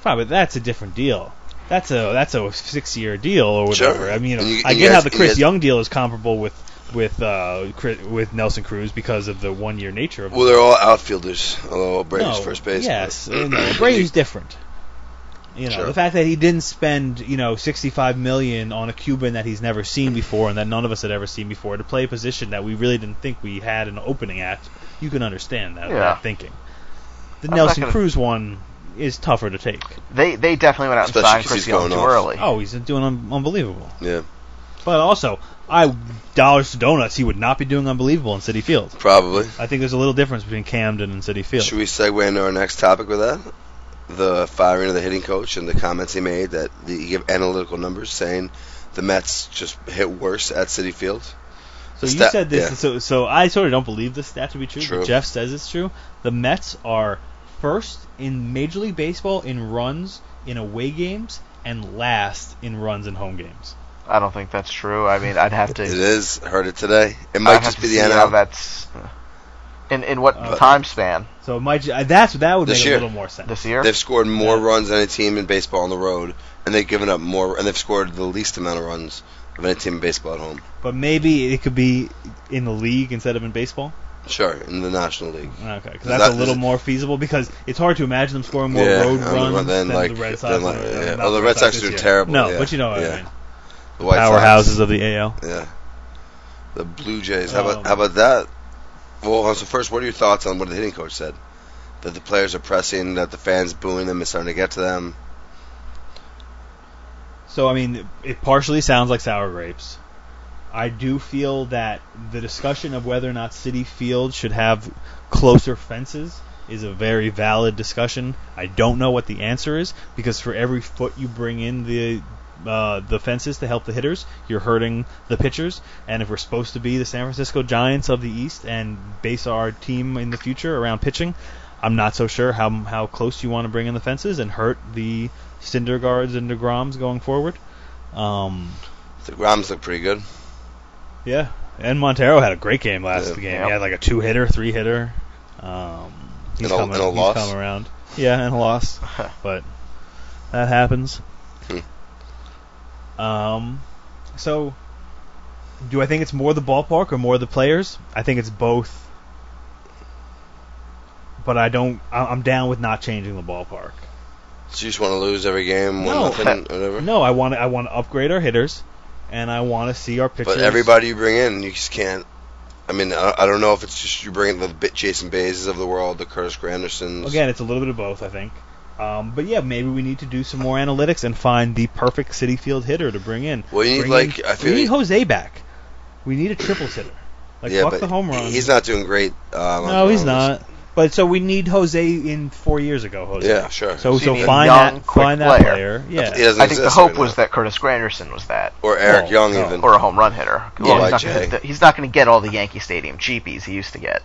Speaker 1: Fine, but that's a different deal. That's a that's a six year deal or
Speaker 3: Sure.
Speaker 1: whatever. I mean, you know,
Speaker 3: And you-
Speaker 1: I
Speaker 3: and
Speaker 1: get
Speaker 3: you
Speaker 1: how
Speaker 3: guys-
Speaker 1: the
Speaker 3: you
Speaker 1: Chris
Speaker 3: guys-
Speaker 1: Young deal is comparable with with uh, Chris, with Nelson Cruz because of the one year nature of
Speaker 3: Well, they're all outfielders, although Abreu's
Speaker 1: no,
Speaker 3: first base.
Speaker 1: Yes, uh, no, Brady's different. You know,
Speaker 3: Sure.
Speaker 1: the fact that he didn't spend you know 65 million on a Cuban that he's never seen before and that none of us had ever seen before to play a position that we really didn't think we had an opening at, you can understand that,
Speaker 2: Yeah.
Speaker 1: that thinking. The
Speaker 2: I'm not
Speaker 1: Nelson
Speaker 2: gonna-
Speaker 1: Cruz one is tougher to take.
Speaker 2: They they definitely went out and
Speaker 3: Especially
Speaker 2: signed
Speaker 3: 'cause
Speaker 2: Chris
Speaker 3: he's
Speaker 2: Young
Speaker 3: going
Speaker 2: too
Speaker 3: off.
Speaker 2: early.
Speaker 1: Oh, he's doing un- unbelievable.
Speaker 3: Yeah,
Speaker 1: But also, I dollars to donuts, he would not be doing unbelievable in City Field.
Speaker 3: probably.
Speaker 1: I think there's a little difference between Camden and City Field.
Speaker 3: Should we segue into our next topic with that? The firing of the hitting coach and the comments he made that the, he gave analytical numbers saying the Mets just hit worse at City Field.
Speaker 1: So you
Speaker 3: Sta-
Speaker 1: said this,
Speaker 3: yeah.
Speaker 1: so so I sort of don't believe this stat to be true.
Speaker 3: True.
Speaker 1: But Jeff says it's true. The Mets are first in Major League Baseball in runs in away games and last in runs in home games.
Speaker 2: I don't think that's true. I mean, I'd have to.
Speaker 3: It is. Heard it today. It
Speaker 2: I'd
Speaker 3: might
Speaker 2: have
Speaker 3: just
Speaker 2: to
Speaker 3: be the
Speaker 2: see how
Speaker 3: NL.
Speaker 2: that's in in what
Speaker 1: Uh,
Speaker 2: time span
Speaker 1: So it might ju- that that would
Speaker 3: This
Speaker 1: make
Speaker 3: year.
Speaker 1: a little more sense.
Speaker 2: this year?
Speaker 3: They've scored more
Speaker 1: Yeah.
Speaker 3: runs than any team in baseball on the road, and they've given up more, and they've scored the least amount of runs of any team in baseball at home.
Speaker 1: But maybe it could be in the league instead of in baseball.
Speaker 3: Sure, in the National League.
Speaker 1: Okay, because
Speaker 3: Is
Speaker 1: that's
Speaker 3: that-
Speaker 1: a little
Speaker 3: is it-
Speaker 1: more feasible because it's hard to imagine them scoring more
Speaker 3: Yeah,
Speaker 1: road
Speaker 3: I mean,
Speaker 1: runs
Speaker 3: well, then,
Speaker 1: than
Speaker 3: like,
Speaker 1: the Red
Speaker 3: then,
Speaker 1: Sox.
Speaker 3: like,
Speaker 1: or-
Speaker 3: yeah.
Speaker 1: not
Speaker 3: Oh, the Red Sox
Speaker 1: this
Speaker 3: are
Speaker 1: year.
Speaker 3: terrible,
Speaker 1: No,
Speaker 3: yeah.
Speaker 1: but you know what
Speaker 3: Yeah.
Speaker 1: I mean.
Speaker 3: The White
Speaker 1: Powerhouses
Speaker 3: Sox.
Speaker 1: of the AL.
Speaker 3: Yeah. The Blue Jays. How
Speaker 1: Um,
Speaker 3: about how about that? Well, so first, what are your thoughts on what the hitting coach said? That the players are pressing, that the fans booing them is starting to get to them.
Speaker 1: So I mean, it partially sounds like sour grapes. I do feel that the discussion of whether or not city fields should have closer fences is a very valid discussion. I don't know what the answer is because for every foot you bring in the uh, the fences to help the hitters, you're hurting the pitchers. And if we're supposed to be the San Francisco Giants of the East and base our team in the future around pitching, I'm not so sure how how close you want to bring in the fences and hurt the Syndergaards and Degroms going forward. Um,
Speaker 3: The Groms look pretty good.
Speaker 1: yeah, and Montero had a great game last
Speaker 3: Yeah.
Speaker 1: game.
Speaker 2: Yeah.
Speaker 1: He had like a two hitter, three hitter. Um, he's
Speaker 3: And a-
Speaker 1: coming,
Speaker 3: and a
Speaker 1: he's
Speaker 3: loss.
Speaker 1: come around. Yeah, and a loss, but that happens.
Speaker 3: Hmm.
Speaker 1: Um, so do I think it's more the ballpark or more the players? I think it's both. But I don't. I- I'm down with not changing the ballpark.
Speaker 3: So you just want to lose every game, one
Speaker 1: No.
Speaker 3: nothing, whatever.
Speaker 1: No, I want to. I want to upgrade our hitters, and I want to see our pitchers.
Speaker 3: But everybody you bring in, you just can't. I mean, I, I don't know if it's just you bring in the bit Jason Bases of the world, the Curtis Grandersons.
Speaker 1: Again, it's a little bit of both, I think. Um, but yeah, maybe we need to do some more analytics and find the perfect city field hitter to bring in.
Speaker 3: Well, you need,
Speaker 1: Bring
Speaker 3: like,
Speaker 1: in-
Speaker 3: I feel
Speaker 1: we need
Speaker 3: you-
Speaker 1: Jose back. We need a triples hitter. Like
Speaker 3: yeah,
Speaker 1: fuck
Speaker 3: but
Speaker 1: the home run.
Speaker 3: He's not doing great. Um, on
Speaker 1: No,
Speaker 3: the
Speaker 1: he's
Speaker 3: runs.
Speaker 1: not. But so we need Jose in four years ago, Jose.
Speaker 3: Yeah,
Speaker 1: So
Speaker 3: sure.
Speaker 2: So you
Speaker 1: so
Speaker 2: need a
Speaker 1: find
Speaker 2: young,
Speaker 1: that
Speaker 2: quick
Speaker 1: find that
Speaker 2: player.
Speaker 1: player. Yeah.
Speaker 3: He doesn't
Speaker 2: I think the
Speaker 3: exist
Speaker 2: hope
Speaker 3: right
Speaker 2: was
Speaker 3: now.
Speaker 2: that Curtis Granderson was that,
Speaker 3: or Eric
Speaker 1: Oh,
Speaker 3: Young
Speaker 1: no.
Speaker 3: even.
Speaker 2: or a home run hitter.
Speaker 3: Yeah,
Speaker 2: well, he's, not
Speaker 3: Jay.
Speaker 2: gonna, th- he's not going to get all the Yankee Stadium cheapies he used to get.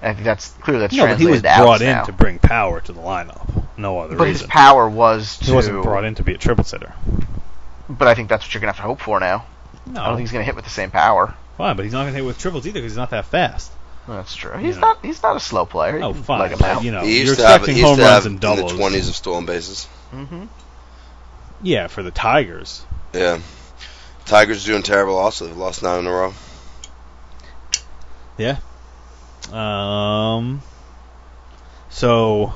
Speaker 2: And I think that's clearly that's
Speaker 1: no, but he was
Speaker 2: translated to outs
Speaker 1: brought in
Speaker 2: now.
Speaker 1: to bring power to the lineup. No other
Speaker 2: But his
Speaker 1: reason.
Speaker 2: power was to.
Speaker 1: he wasn't brought in to be a triple sitter.
Speaker 2: But I think that's what you're going to have to hope for now.
Speaker 1: No,
Speaker 2: I don't think he's going to hit with the same power.
Speaker 1: fine, but he's not going to hit with triples either because he's not that fast.
Speaker 2: That's true. He's
Speaker 1: know.
Speaker 2: not. He's not a slow player.
Speaker 1: Oh, fine,
Speaker 2: Like him
Speaker 1: but,
Speaker 2: out.
Speaker 1: you know,
Speaker 3: he
Speaker 1: you're
Speaker 3: used to have,
Speaker 1: expecting
Speaker 3: he used
Speaker 1: home
Speaker 3: to have
Speaker 1: runs
Speaker 3: in
Speaker 1: and
Speaker 3: the
Speaker 1: doubles.
Speaker 3: twenties of stolen bases.
Speaker 2: hmm
Speaker 1: Yeah, for the Tigers.
Speaker 3: Yeah, Tigers doing terrible. Also, they've lost nine in a row.
Speaker 1: Um, so,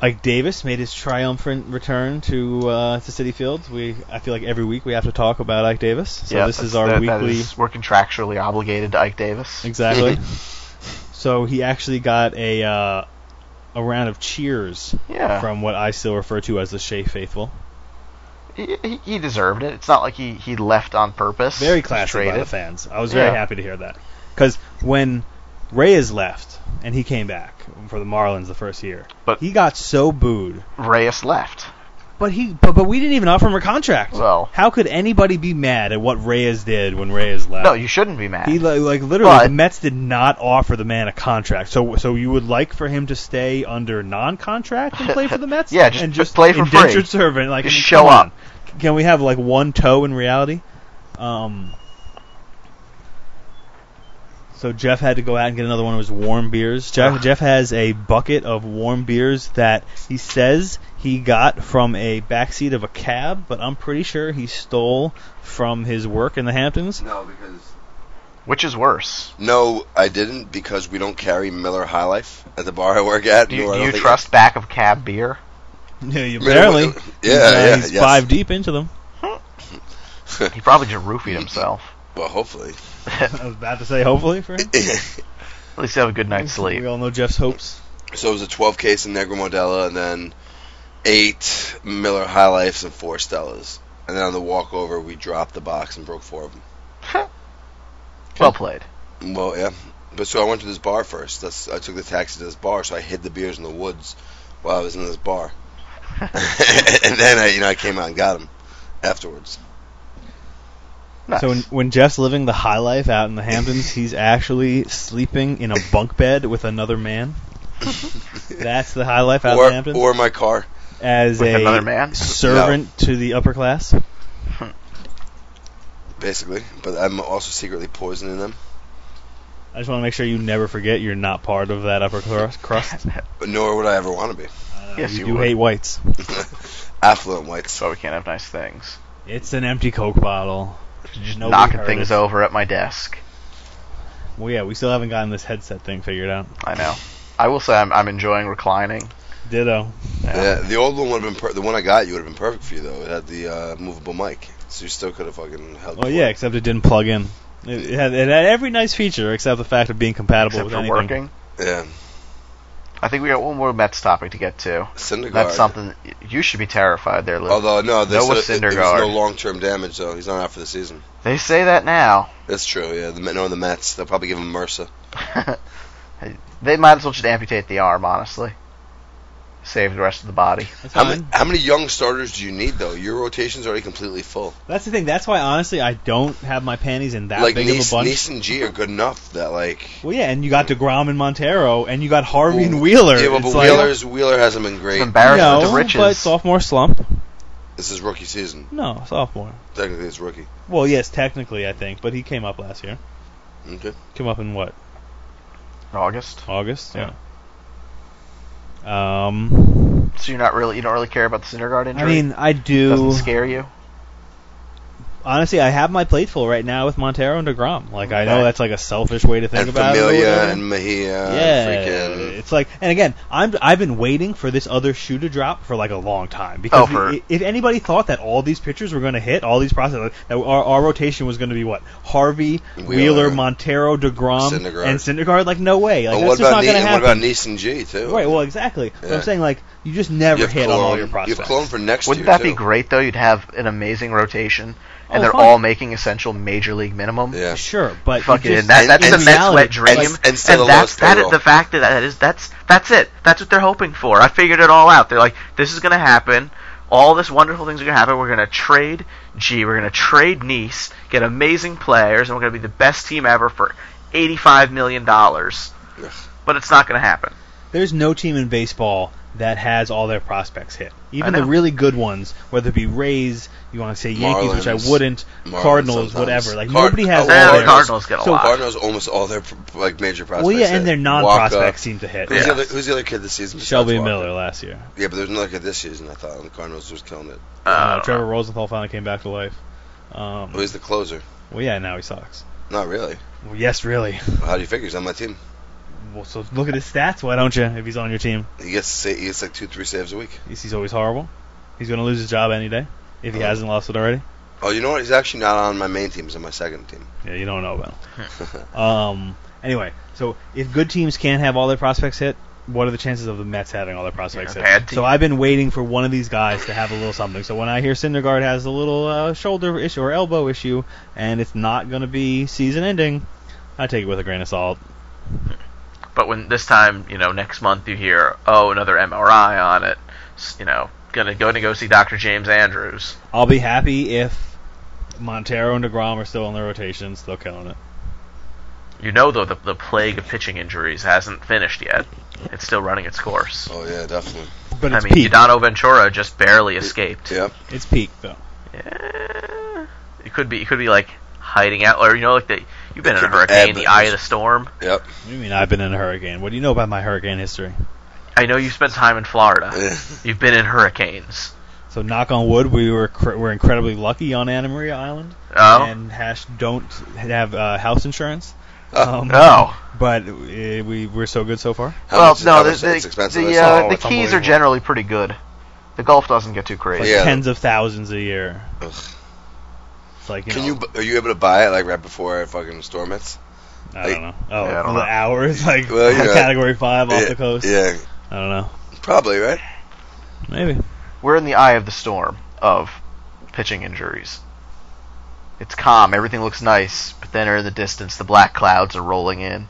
Speaker 1: Ike Davis made his triumphant return to uh, to City Fields. We I feel like every week we have to talk about Ike Davis. So
Speaker 2: Yeah,
Speaker 1: this is
Speaker 2: that's-
Speaker 1: our
Speaker 2: that- that
Speaker 1: weekly
Speaker 2: is- we're contractually obligated to Ike Davis.
Speaker 1: exactly. so he actually got a uh, a round of cheers
Speaker 2: Yeah.
Speaker 1: from what I still refer to as the Shea faithful.
Speaker 2: he, he- he deserved it. It's not like he, he left on purpose.
Speaker 1: Very
Speaker 2: class
Speaker 1: classy by the fans. I was very
Speaker 2: Yeah.
Speaker 1: happy to hear that because when Reyes left and he came back for the Marlins the first year,
Speaker 2: But-
Speaker 1: he got so booed.
Speaker 2: Reyes left.
Speaker 1: But he, but, but we didn't even offer him a contract.
Speaker 2: Well.
Speaker 1: how could anybody be mad at what Reyes did when Reyes left?
Speaker 2: No, you shouldn't be mad.
Speaker 1: Uh, he li- like literally
Speaker 2: But-
Speaker 1: the Mets did not offer the man a contract. So so you would like for him to stay under non-contract and play for the Mets?
Speaker 2: Yeah, just
Speaker 1: and just
Speaker 2: play for free.
Speaker 1: indentured servant. Like
Speaker 2: Just
Speaker 1: I mean,
Speaker 2: show
Speaker 1: come on.
Speaker 2: up.
Speaker 1: Can we have like one toe in reality? Um. So Jeff had to go out and get another one of his warm beers. Jeff,
Speaker 2: Ugh.
Speaker 1: Jeff has a bucket of warm beers that he says he got from a backseat of a cab, but I'm pretty sure he stole from his work in the Hamptons.
Speaker 3: No, because
Speaker 2: Which is worse?
Speaker 3: no, I didn't because we don't carry Miller High Life at the bar I work at.
Speaker 2: Do you,
Speaker 3: nor I
Speaker 2: do
Speaker 3: don't
Speaker 2: you
Speaker 3: think-
Speaker 2: trust back of cab beer?
Speaker 1: Yeah, you
Speaker 3: I mean,
Speaker 1: barely.
Speaker 3: Yeah, yeah,
Speaker 1: he's
Speaker 3: yes.
Speaker 1: five deep into them.
Speaker 2: He probably just roofied himself.
Speaker 3: Well, hopefully.
Speaker 1: I was about to say, hopefully, for him.
Speaker 2: At least have a good night's
Speaker 1: We
Speaker 2: sleep.
Speaker 1: all know Jeff's hopes.
Speaker 3: So it was a 12 case of Negro Modelo, and then eight Miller High Lifes and four Stellas. And then on the walkover, we dropped the box and broke four of
Speaker 2: Well played.
Speaker 3: them. Well, yeah. But so I went to this bar first. That's, I took the taxi to this bar, so I hid the beers in the woods while I was in this bar. and then I, you know, I came out and got them afterwards.
Speaker 2: Nice.
Speaker 1: So when, when Jeff's living the high life out in the Hamptons, he's actually sleeping in a bunk bed with another man. That's the high life out in the
Speaker 3: Or,
Speaker 1: Hamptons.
Speaker 3: or my car.
Speaker 1: as
Speaker 2: With
Speaker 1: a
Speaker 2: another man?
Speaker 1: servant to the upper class.
Speaker 3: basically. But I'm also secretly poisoning them.
Speaker 1: I just want to make sure you never forget you're not part of that upper cru- crust.
Speaker 3: But nor would I ever want to be.
Speaker 1: Uh,
Speaker 2: Yes,
Speaker 1: you,
Speaker 2: you
Speaker 1: do
Speaker 2: would.
Speaker 1: hate whites.
Speaker 3: Affluent whites.
Speaker 2: so we can't have nice things.
Speaker 1: It's an empty Coke bottle.
Speaker 2: Just
Speaker 1: Nobody
Speaker 2: knocking
Speaker 1: heard us.
Speaker 2: things over at my desk.
Speaker 1: Well, yeah, we still haven't gotten this headset thing figured out.
Speaker 2: I know. I will say I'm, I'm enjoying reclining.
Speaker 1: Ditto.
Speaker 3: Yeah, the old one would have been per- the one I got. You would have been perfect for you though. It had the uh, movable mic, so you still could have fucking held.
Speaker 1: Well,
Speaker 3: the
Speaker 1: yeah,
Speaker 3: cord.
Speaker 1: except it didn't plug in. It, it had, it had every nice feature except the fact of being compatible
Speaker 2: Except
Speaker 1: with
Speaker 2: for
Speaker 1: anything.
Speaker 2: working.
Speaker 3: Yeah.
Speaker 2: I think we got one more Mets topic to get to.
Speaker 3: Syndergaard.
Speaker 2: That's something you should be terrified there, Lou.
Speaker 3: Although no, they
Speaker 2: Noah
Speaker 3: said it, it was
Speaker 2: Syndergaard.
Speaker 3: no long-term damage though. He's not out for the season.
Speaker 2: They say that now.
Speaker 3: That's true. Yeah, the knowing the Mets, they'll probably give him MRSA.
Speaker 2: they might as well just amputate the arm, honestly. Save the rest of the body.
Speaker 1: That's
Speaker 3: How
Speaker 1: fine.
Speaker 3: many, how many young starters do you need though? Your rotation's already completely full.
Speaker 1: That's the thing. That's why honestly, I don't have my panties in that
Speaker 3: like
Speaker 1: big
Speaker 3: Nice,
Speaker 1: of a bunch.
Speaker 3: Nice and G are good enough that like.
Speaker 1: Well, yeah, and you got Degrom and Montero, and you got Harvey and
Speaker 3: Ooh.
Speaker 1: Wheeler.
Speaker 3: Yeah, well,
Speaker 1: It's
Speaker 3: but
Speaker 1: like-
Speaker 3: Wheeler's Wheeler hasn't been
Speaker 2: It's
Speaker 3: great.
Speaker 2: an embarrassment
Speaker 1: no,
Speaker 2: to riches.
Speaker 1: but sophomore slump.
Speaker 3: This is rookie season.
Speaker 1: No, sophomore.
Speaker 3: Technically, it's rookie.
Speaker 1: Well, yes, technically, I think, but he came up last year.
Speaker 3: Okay.
Speaker 1: Came up in what
Speaker 2: August.
Speaker 1: August?
Speaker 2: Yeah.
Speaker 1: Yeah. Um,
Speaker 2: So you're not really you don't really care about the Syndergaard
Speaker 1: I
Speaker 2: injury.
Speaker 1: mean, I do.
Speaker 2: doesn't scare you.
Speaker 1: Honestly, I have my plate full right now with Montero and Degrom. Like, I know
Speaker 2: Okay.
Speaker 1: that's like a selfish way to think
Speaker 3: and
Speaker 1: about it. or
Speaker 3: Familia
Speaker 1: whatever.
Speaker 3: and Mejia.
Speaker 1: yeah,
Speaker 3: And Uh, freaking.
Speaker 1: it's like, and again, I'm I've been waiting for this other shoe to drop for like a long time because
Speaker 2: Oh, for-
Speaker 1: i- if anybody thought that all these pitchers were going to hit, all these process that our, our rotation was going to be what Harvey, Wheeler,
Speaker 3: Wheeler.
Speaker 1: Montero, Degrom,
Speaker 3: Syndergaard.
Speaker 1: and Syndergaard, like no way, like
Speaker 3: oh,
Speaker 1: that's
Speaker 3: what
Speaker 1: just
Speaker 3: about
Speaker 1: not
Speaker 3: ne-
Speaker 1: going to
Speaker 3: and what
Speaker 1: happen.
Speaker 3: about Nice and G too?
Speaker 1: right? Well, exactly. But
Speaker 3: Yeah.
Speaker 1: I'm saying like you just never
Speaker 3: you have
Speaker 1: hit on all your
Speaker 3: Cologne. You have
Speaker 1: prospects.
Speaker 3: Cologne for next
Speaker 2: Wouldn't
Speaker 3: year
Speaker 2: that be
Speaker 3: too.
Speaker 2: great though? You'd have an amazing rotation, and
Speaker 1: Oh,
Speaker 2: they're
Speaker 1: fun.
Speaker 2: all making essential major league minimum.
Speaker 3: Yeah.
Speaker 1: Sure, but you
Speaker 2: Fucking
Speaker 1: just,
Speaker 2: that, that's
Speaker 1: in
Speaker 2: the Mets'
Speaker 1: reality,
Speaker 2: wet dream,
Speaker 1: like,
Speaker 2: and,
Speaker 3: and still the
Speaker 2: that's
Speaker 3: lowest
Speaker 2: that. Is
Speaker 3: payroll.
Speaker 2: the fact that that is that's that's it. That's what they're hoping for. I figured it all out. They're like, this is gonna happen. All this wonderful things are gonna happen. We're gonna trade G. We're gonna trade Nice, get amazing players, and we're gonna be the best team ever for eighty-five million dollars.
Speaker 3: Ugh.
Speaker 2: But it's not gonna happen.
Speaker 1: There's no team in baseball that has all their prospects hit. Even
Speaker 2: I
Speaker 1: the
Speaker 2: know.
Speaker 1: really good ones, whether it be Rays, you want to say Yankees, which I
Speaker 3: Marlins.
Speaker 1: wouldn't,
Speaker 3: Marlins
Speaker 1: Cardinals,
Speaker 3: sometimes.
Speaker 1: whatever. Like
Speaker 3: Card-
Speaker 1: nobody has
Speaker 3: oh,
Speaker 1: all
Speaker 2: Eh, the
Speaker 1: their.
Speaker 2: Cardinals
Speaker 3: Cardinals.
Speaker 2: get a
Speaker 1: So
Speaker 2: lot.
Speaker 3: Cardinals almost all their like major prospects.
Speaker 1: Well, yeah,
Speaker 3: hit.
Speaker 1: and their
Speaker 3: Walker.
Speaker 1: non-prospects seem to hit.
Speaker 3: Who's,
Speaker 2: Yeah.
Speaker 3: the other, who's the other kid this season? besides
Speaker 1: Shelby
Speaker 3: Walker?
Speaker 1: Miller last year.
Speaker 3: Yeah, but there's another kid this season. I thought and the Cardinals was killing it.
Speaker 2: Uh, I
Speaker 1: Uh,
Speaker 2: don't
Speaker 1: Trevor
Speaker 2: know.
Speaker 1: Rosenthal finally came back to life. Um,
Speaker 3: Who's the closer?
Speaker 1: well, yeah, now he sucks.
Speaker 3: Not really.
Speaker 1: Well, yes, really.
Speaker 3: How do you figure? He's on my team.
Speaker 1: Well, so look at his stats. Why don't you? If he's on your team,
Speaker 3: He gets sa- he gets like two three saves a week.
Speaker 1: he's, he's always horrible. He's going to lose his job any day if he
Speaker 3: Oh.
Speaker 1: hasn't lost it already.
Speaker 3: Oh, you know what? He's actually not on my main team. He's on my second team.
Speaker 1: Yeah, you don't know about. him. Um. Anyway, so if good teams can't have all their prospects hit, what are the chances of the Mets having all their prospects
Speaker 2: Yeah,
Speaker 1: hit?
Speaker 2: bad team.
Speaker 1: So I've been waiting for one of these guys to have a little something. So when I hear Syndergaard has a little uh, shoulder issue or elbow issue, and it's not going to be season-ending, I take it with a grain of salt.
Speaker 4: But when this time, you know, next month you hear, oh, another MRI on it, s- you know, gonna going to go see Dr. James Andrews.
Speaker 1: I'll be happy if Montero and Degrom are still in the rotation, still killing it.
Speaker 4: You know, though, the, the plague of pitching injuries hasn't finished yet. It's still running its course.
Speaker 3: Oh yeah, definitely.
Speaker 1: But
Speaker 4: I
Speaker 1: it's
Speaker 4: mean,
Speaker 1: peak.
Speaker 4: Yudano Ventura just barely escaped.
Speaker 3: Yep.
Speaker 1: It's peak though.
Speaker 4: Yeah. It could be, it could be like hiding out, or you know, like the, you've been in
Speaker 3: It
Speaker 4: a
Speaker 3: could be
Speaker 4: hurricane, the
Speaker 3: Adlers.
Speaker 4: eye of the storm.
Speaker 3: Yep.
Speaker 1: What do you mean I've been in a hurricane? What do you know about my hurricane history?
Speaker 4: I know you spent time in Florida. You've been in hurricanes.
Speaker 1: So knock on wood, we were cr- we're incredibly lucky on Anna Maria Island.
Speaker 4: Oh,
Speaker 1: and hash don't have uh, house insurance. Um,
Speaker 2: No.
Speaker 1: But uh, we we're so good so far.
Speaker 3: How
Speaker 2: Well,
Speaker 3: much-
Speaker 2: no,
Speaker 3: how
Speaker 2: the,
Speaker 3: much- it's
Speaker 2: the,
Speaker 3: expensive.
Speaker 2: the,
Speaker 3: It's-
Speaker 2: uh,
Speaker 1: Oh,
Speaker 2: the
Speaker 1: it's
Speaker 2: keys are
Speaker 1: unbelievable.
Speaker 2: generally pretty good. The golf doesn't get too crazy.
Speaker 1: Like
Speaker 3: Yeah.
Speaker 1: tens of thousands a year.
Speaker 3: Ugh.
Speaker 1: It's like you
Speaker 3: Can
Speaker 1: know,
Speaker 3: you bu- are you able to buy it like right before a fucking storm hits?
Speaker 1: I don't know. Oh,
Speaker 2: Yeah, I don't
Speaker 1: the
Speaker 2: know.
Speaker 1: hours like
Speaker 3: Well, you know.
Speaker 1: category five off
Speaker 3: yeah,
Speaker 1: the coast.
Speaker 3: Yeah,
Speaker 1: I don't know.
Speaker 3: probably right.
Speaker 1: Maybe.
Speaker 2: we're in the eye of the storm of pitching injuries. It's calm, everything looks nice, but then in the distance, the black clouds are rolling in.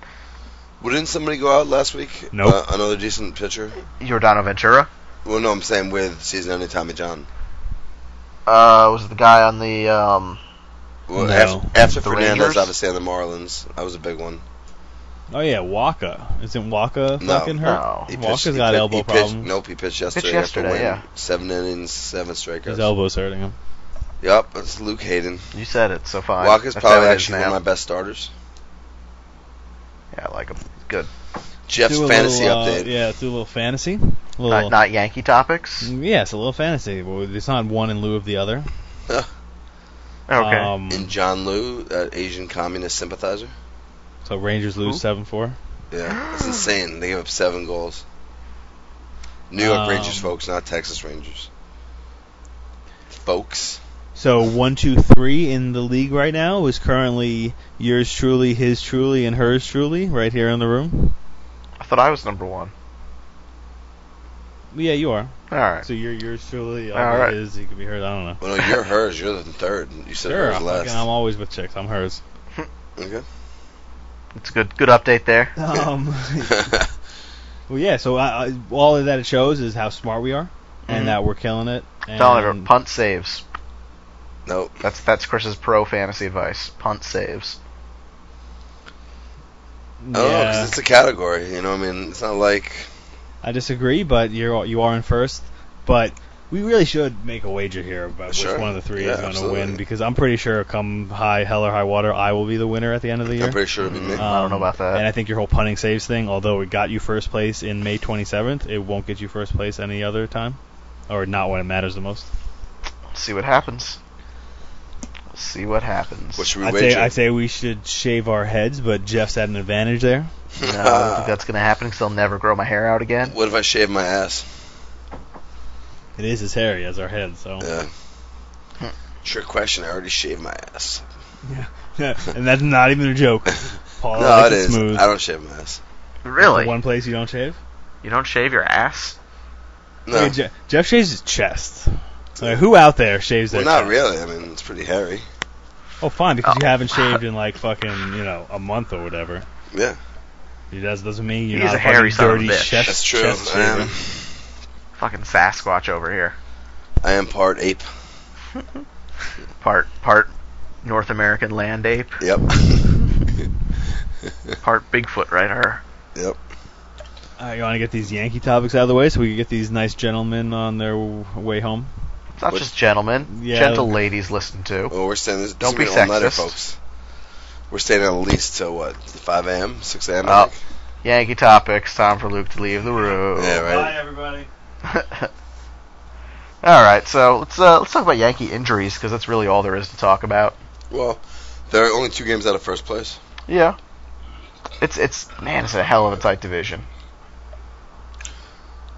Speaker 3: Wouldn't somebody go out last week?
Speaker 1: Nope.
Speaker 3: Uh, another decent pitcher.
Speaker 2: Jordano Ventura
Speaker 3: Well, no, I'm saying with season-ending Tommy John.
Speaker 2: uh, was the guy on the um,
Speaker 3: Well,
Speaker 1: No.
Speaker 3: after, after
Speaker 2: The
Speaker 3: Fernandez,
Speaker 2: Rangers?
Speaker 3: obviously on the Marlins, that was a big one.
Speaker 1: Oh yeah, Waka. Isn't Waka
Speaker 3: No,
Speaker 1: fucking hurt?
Speaker 2: no,
Speaker 3: He
Speaker 1: Walker's
Speaker 3: pitched- he
Speaker 1: got
Speaker 3: pit-
Speaker 1: elbow
Speaker 3: he pitched-
Speaker 1: problems.
Speaker 3: Nope, he pitched yesterday.
Speaker 2: Pitched yesterday,
Speaker 3: after winning
Speaker 2: yeah.
Speaker 3: Seven innings, seven strikeouts.
Speaker 1: His elbow's hurting him.
Speaker 3: Yep, that's Luke Hayden.
Speaker 2: you said it so fine.
Speaker 3: Walker's
Speaker 2: That's
Speaker 3: probably
Speaker 2: how it is
Speaker 3: actually one of my best starters.
Speaker 2: Yeah, I like him. Good.
Speaker 3: Jeff's
Speaker 1: do a
Speaker 3: fantasy
Speaker 1: little, uh,
Speaker 3: update.
Speaker 1: yeah, let's do a little fantasy. A little.
Speaker 2: Not, not Yankee topics.
Speaker 1: Yes, a little fantasy. Well, it's not one in lieu of the other.
Speaker 2: Okay.
Speaker 1: Um,
Speaker 3: And John Liu, that Asian communist sympathizer.
Speaker 1: so Rangers lose
Speaker 2: Who?
Speaker 1: seven four.
Speaker 3: Yeah, it's insane. They gave up seven goals. New York
Speaker 1: Um,
Speaker 3: Rangers, folks, not Texas Rangers. Folks.
Speaker 1: So one, two, three in the league right now is currently yours truly, his truly, and hers truly, right here in the room.
Speaker 4: I thought I was number one.
Speaker 1: Yeah, you are.
Speaker 4: All right.
Speaker 1: So you're yours truly. All,
Speaker 4: All
Speaker 1: it
Speaker 4: right.
Speaker 1: is, you could be hers. I don't know.
Speaker 3: Well, no, you're hers. You're the third. You said
Speaker 1: Sure,
Speaker 3: hers
Speaker 1: I'm, fucking- I'm
Speaker 3: last.
Speaker 1: always with chicks. I'm hers.
Speaker 3: Okay.
Speaker 4: It's good. Good update there.
Speaker 1: Um, well, yeah. So I, I, all of that it shows is how smart we are,
Speaker 3: Mm-hmm.
Speaker 4: Mhm.
Speaker 1: and that we're killing it. And
Speaker 4: Telling everyone, punt saves.
Speaker 3: nope. Oh,
Speaker 4: That's that's Chris's pro fantasy advice. Punt saves.
Speaker 3: I don't know, Oh, 'cause
Speaker 1: yeah,
Speaker 3: it's a category. You know, what I mean, it's not like
Speaker 1: I disagree, but you're you are in first. But we really should make a wager here about
Speaker 3: Sure.
Speaker 1: which one of the three
Speaker 3: Yeah,
Speaker 1: is going to
Speaker 3: absolutely.
Speaker 1: win because I'm pretty sure come high hell or high water, I will be the winner at the end of the year.
Speaker 3: I'm pretty sure it'd be me.
Speaker 4: Uh, I don't know
Speaker 1: Um,
Speaker 4: about that.
Speaker 1: And I think your whole punting saves thing, although it got you first place in May 27th, it won't get you first place any other time, or not when it matters the most.
Speaker 4: See what happens. See what happens.
Speaker 3: what should we
Speaker 1: I say,
Speaker 3: wager?
Speaker 1: I say we should shave our heads, but Jeff's at an advantage there.
Speaker 4: no, I don't think that's gonna happen because I'll never grow my hair out again.
Speaker 3: what if I shave my ass?
Speaker 1: It is as hairy as our heads, so
Speaker 3: Yeah.
Speaker 1: Hmm.
Speaker 3: Trick question. I already shaved my ass.
Speaker 1: and that's not even a joke. Paul
Speaker 3: no,
Speaker 1: likes
Speaker 3: it is.
Speaker 1: Oh, smooth.
Speaker 3: I don't shave my ass.
Speaker 4: Really?
Speaker 1: The one place you don't shave.
Speaker 4: You don't shave your ass?
Speaker 3: No.
Speaker 1: Okay, Je- Jeff shaves his chest. Like, who out there shaves
Speaker 3: well,
Speaker 1: their
Speaker 3: not
Speaker 1: chest?
Speaker 3: really. Uh, I mean, it's pretty hairy.
Speaker 1: Oh, fine, because you
Speaker 4: Oh.
Speaker 1: haven't shaved in like fucking you know a month or whatever.
Speaker 3: Yeah,
Speaker 1: It does, doesn't mean you're
Speaker 4: He's
Speaker 1: not
Speaker 4: a hairy
Speaker 1: fucking
Speaker 4: son of a
Speaker 1: dirty
Speaker 4: bitch.
Speaker 1: chest.
Speaker 3: that's true.
Speaker 1: chest
Speaker 3: I am.
Speaker 1: shaver.
Speaker 4: Fucking Sasquatch over here.
Speaker 3: I am part ape.
Speaker 4: Part part North American land ape.
Speaker 3: Yep.
Speaker 4: Part Bigfoot right here.
Speaker 3: yep.
Speaker 1: All right, you want to get these Yankee topics out of the way so we can get these nice gentlemen on their w- way home.
Speaker 4: It's not
Speaker 3: Which- Oh.
Speaker 4: just gentlemen.
Speaker 1: Yeah.
Speaker 4: Gentle ladies listen to.
Speaker 3: Well, we're staying. This,
Speaker 4: Don't
Speaker 3: this
Speaker 4: be
Speaker 3: will an all nighter,
Speaker 4: sexist.
Speaker 3: folks. We're staying at least till what? 5 a.m., 6 a.m.
Speaker 4: Oh.
Speaker 3: I think.
Speaker 4: Yankee topics. Time for Luke to leave the room.
Speaker 3: Yeah, right.
Speaker 1: everybody.
Speaker 4: all right, so let's uh, let's talk about Yankee injuries because that's really all there is to talk about.
Speaker 3: Well, there are only two games out of first place.
Speaker 4: Yeah. It's it's man, it's a hell of a tight division.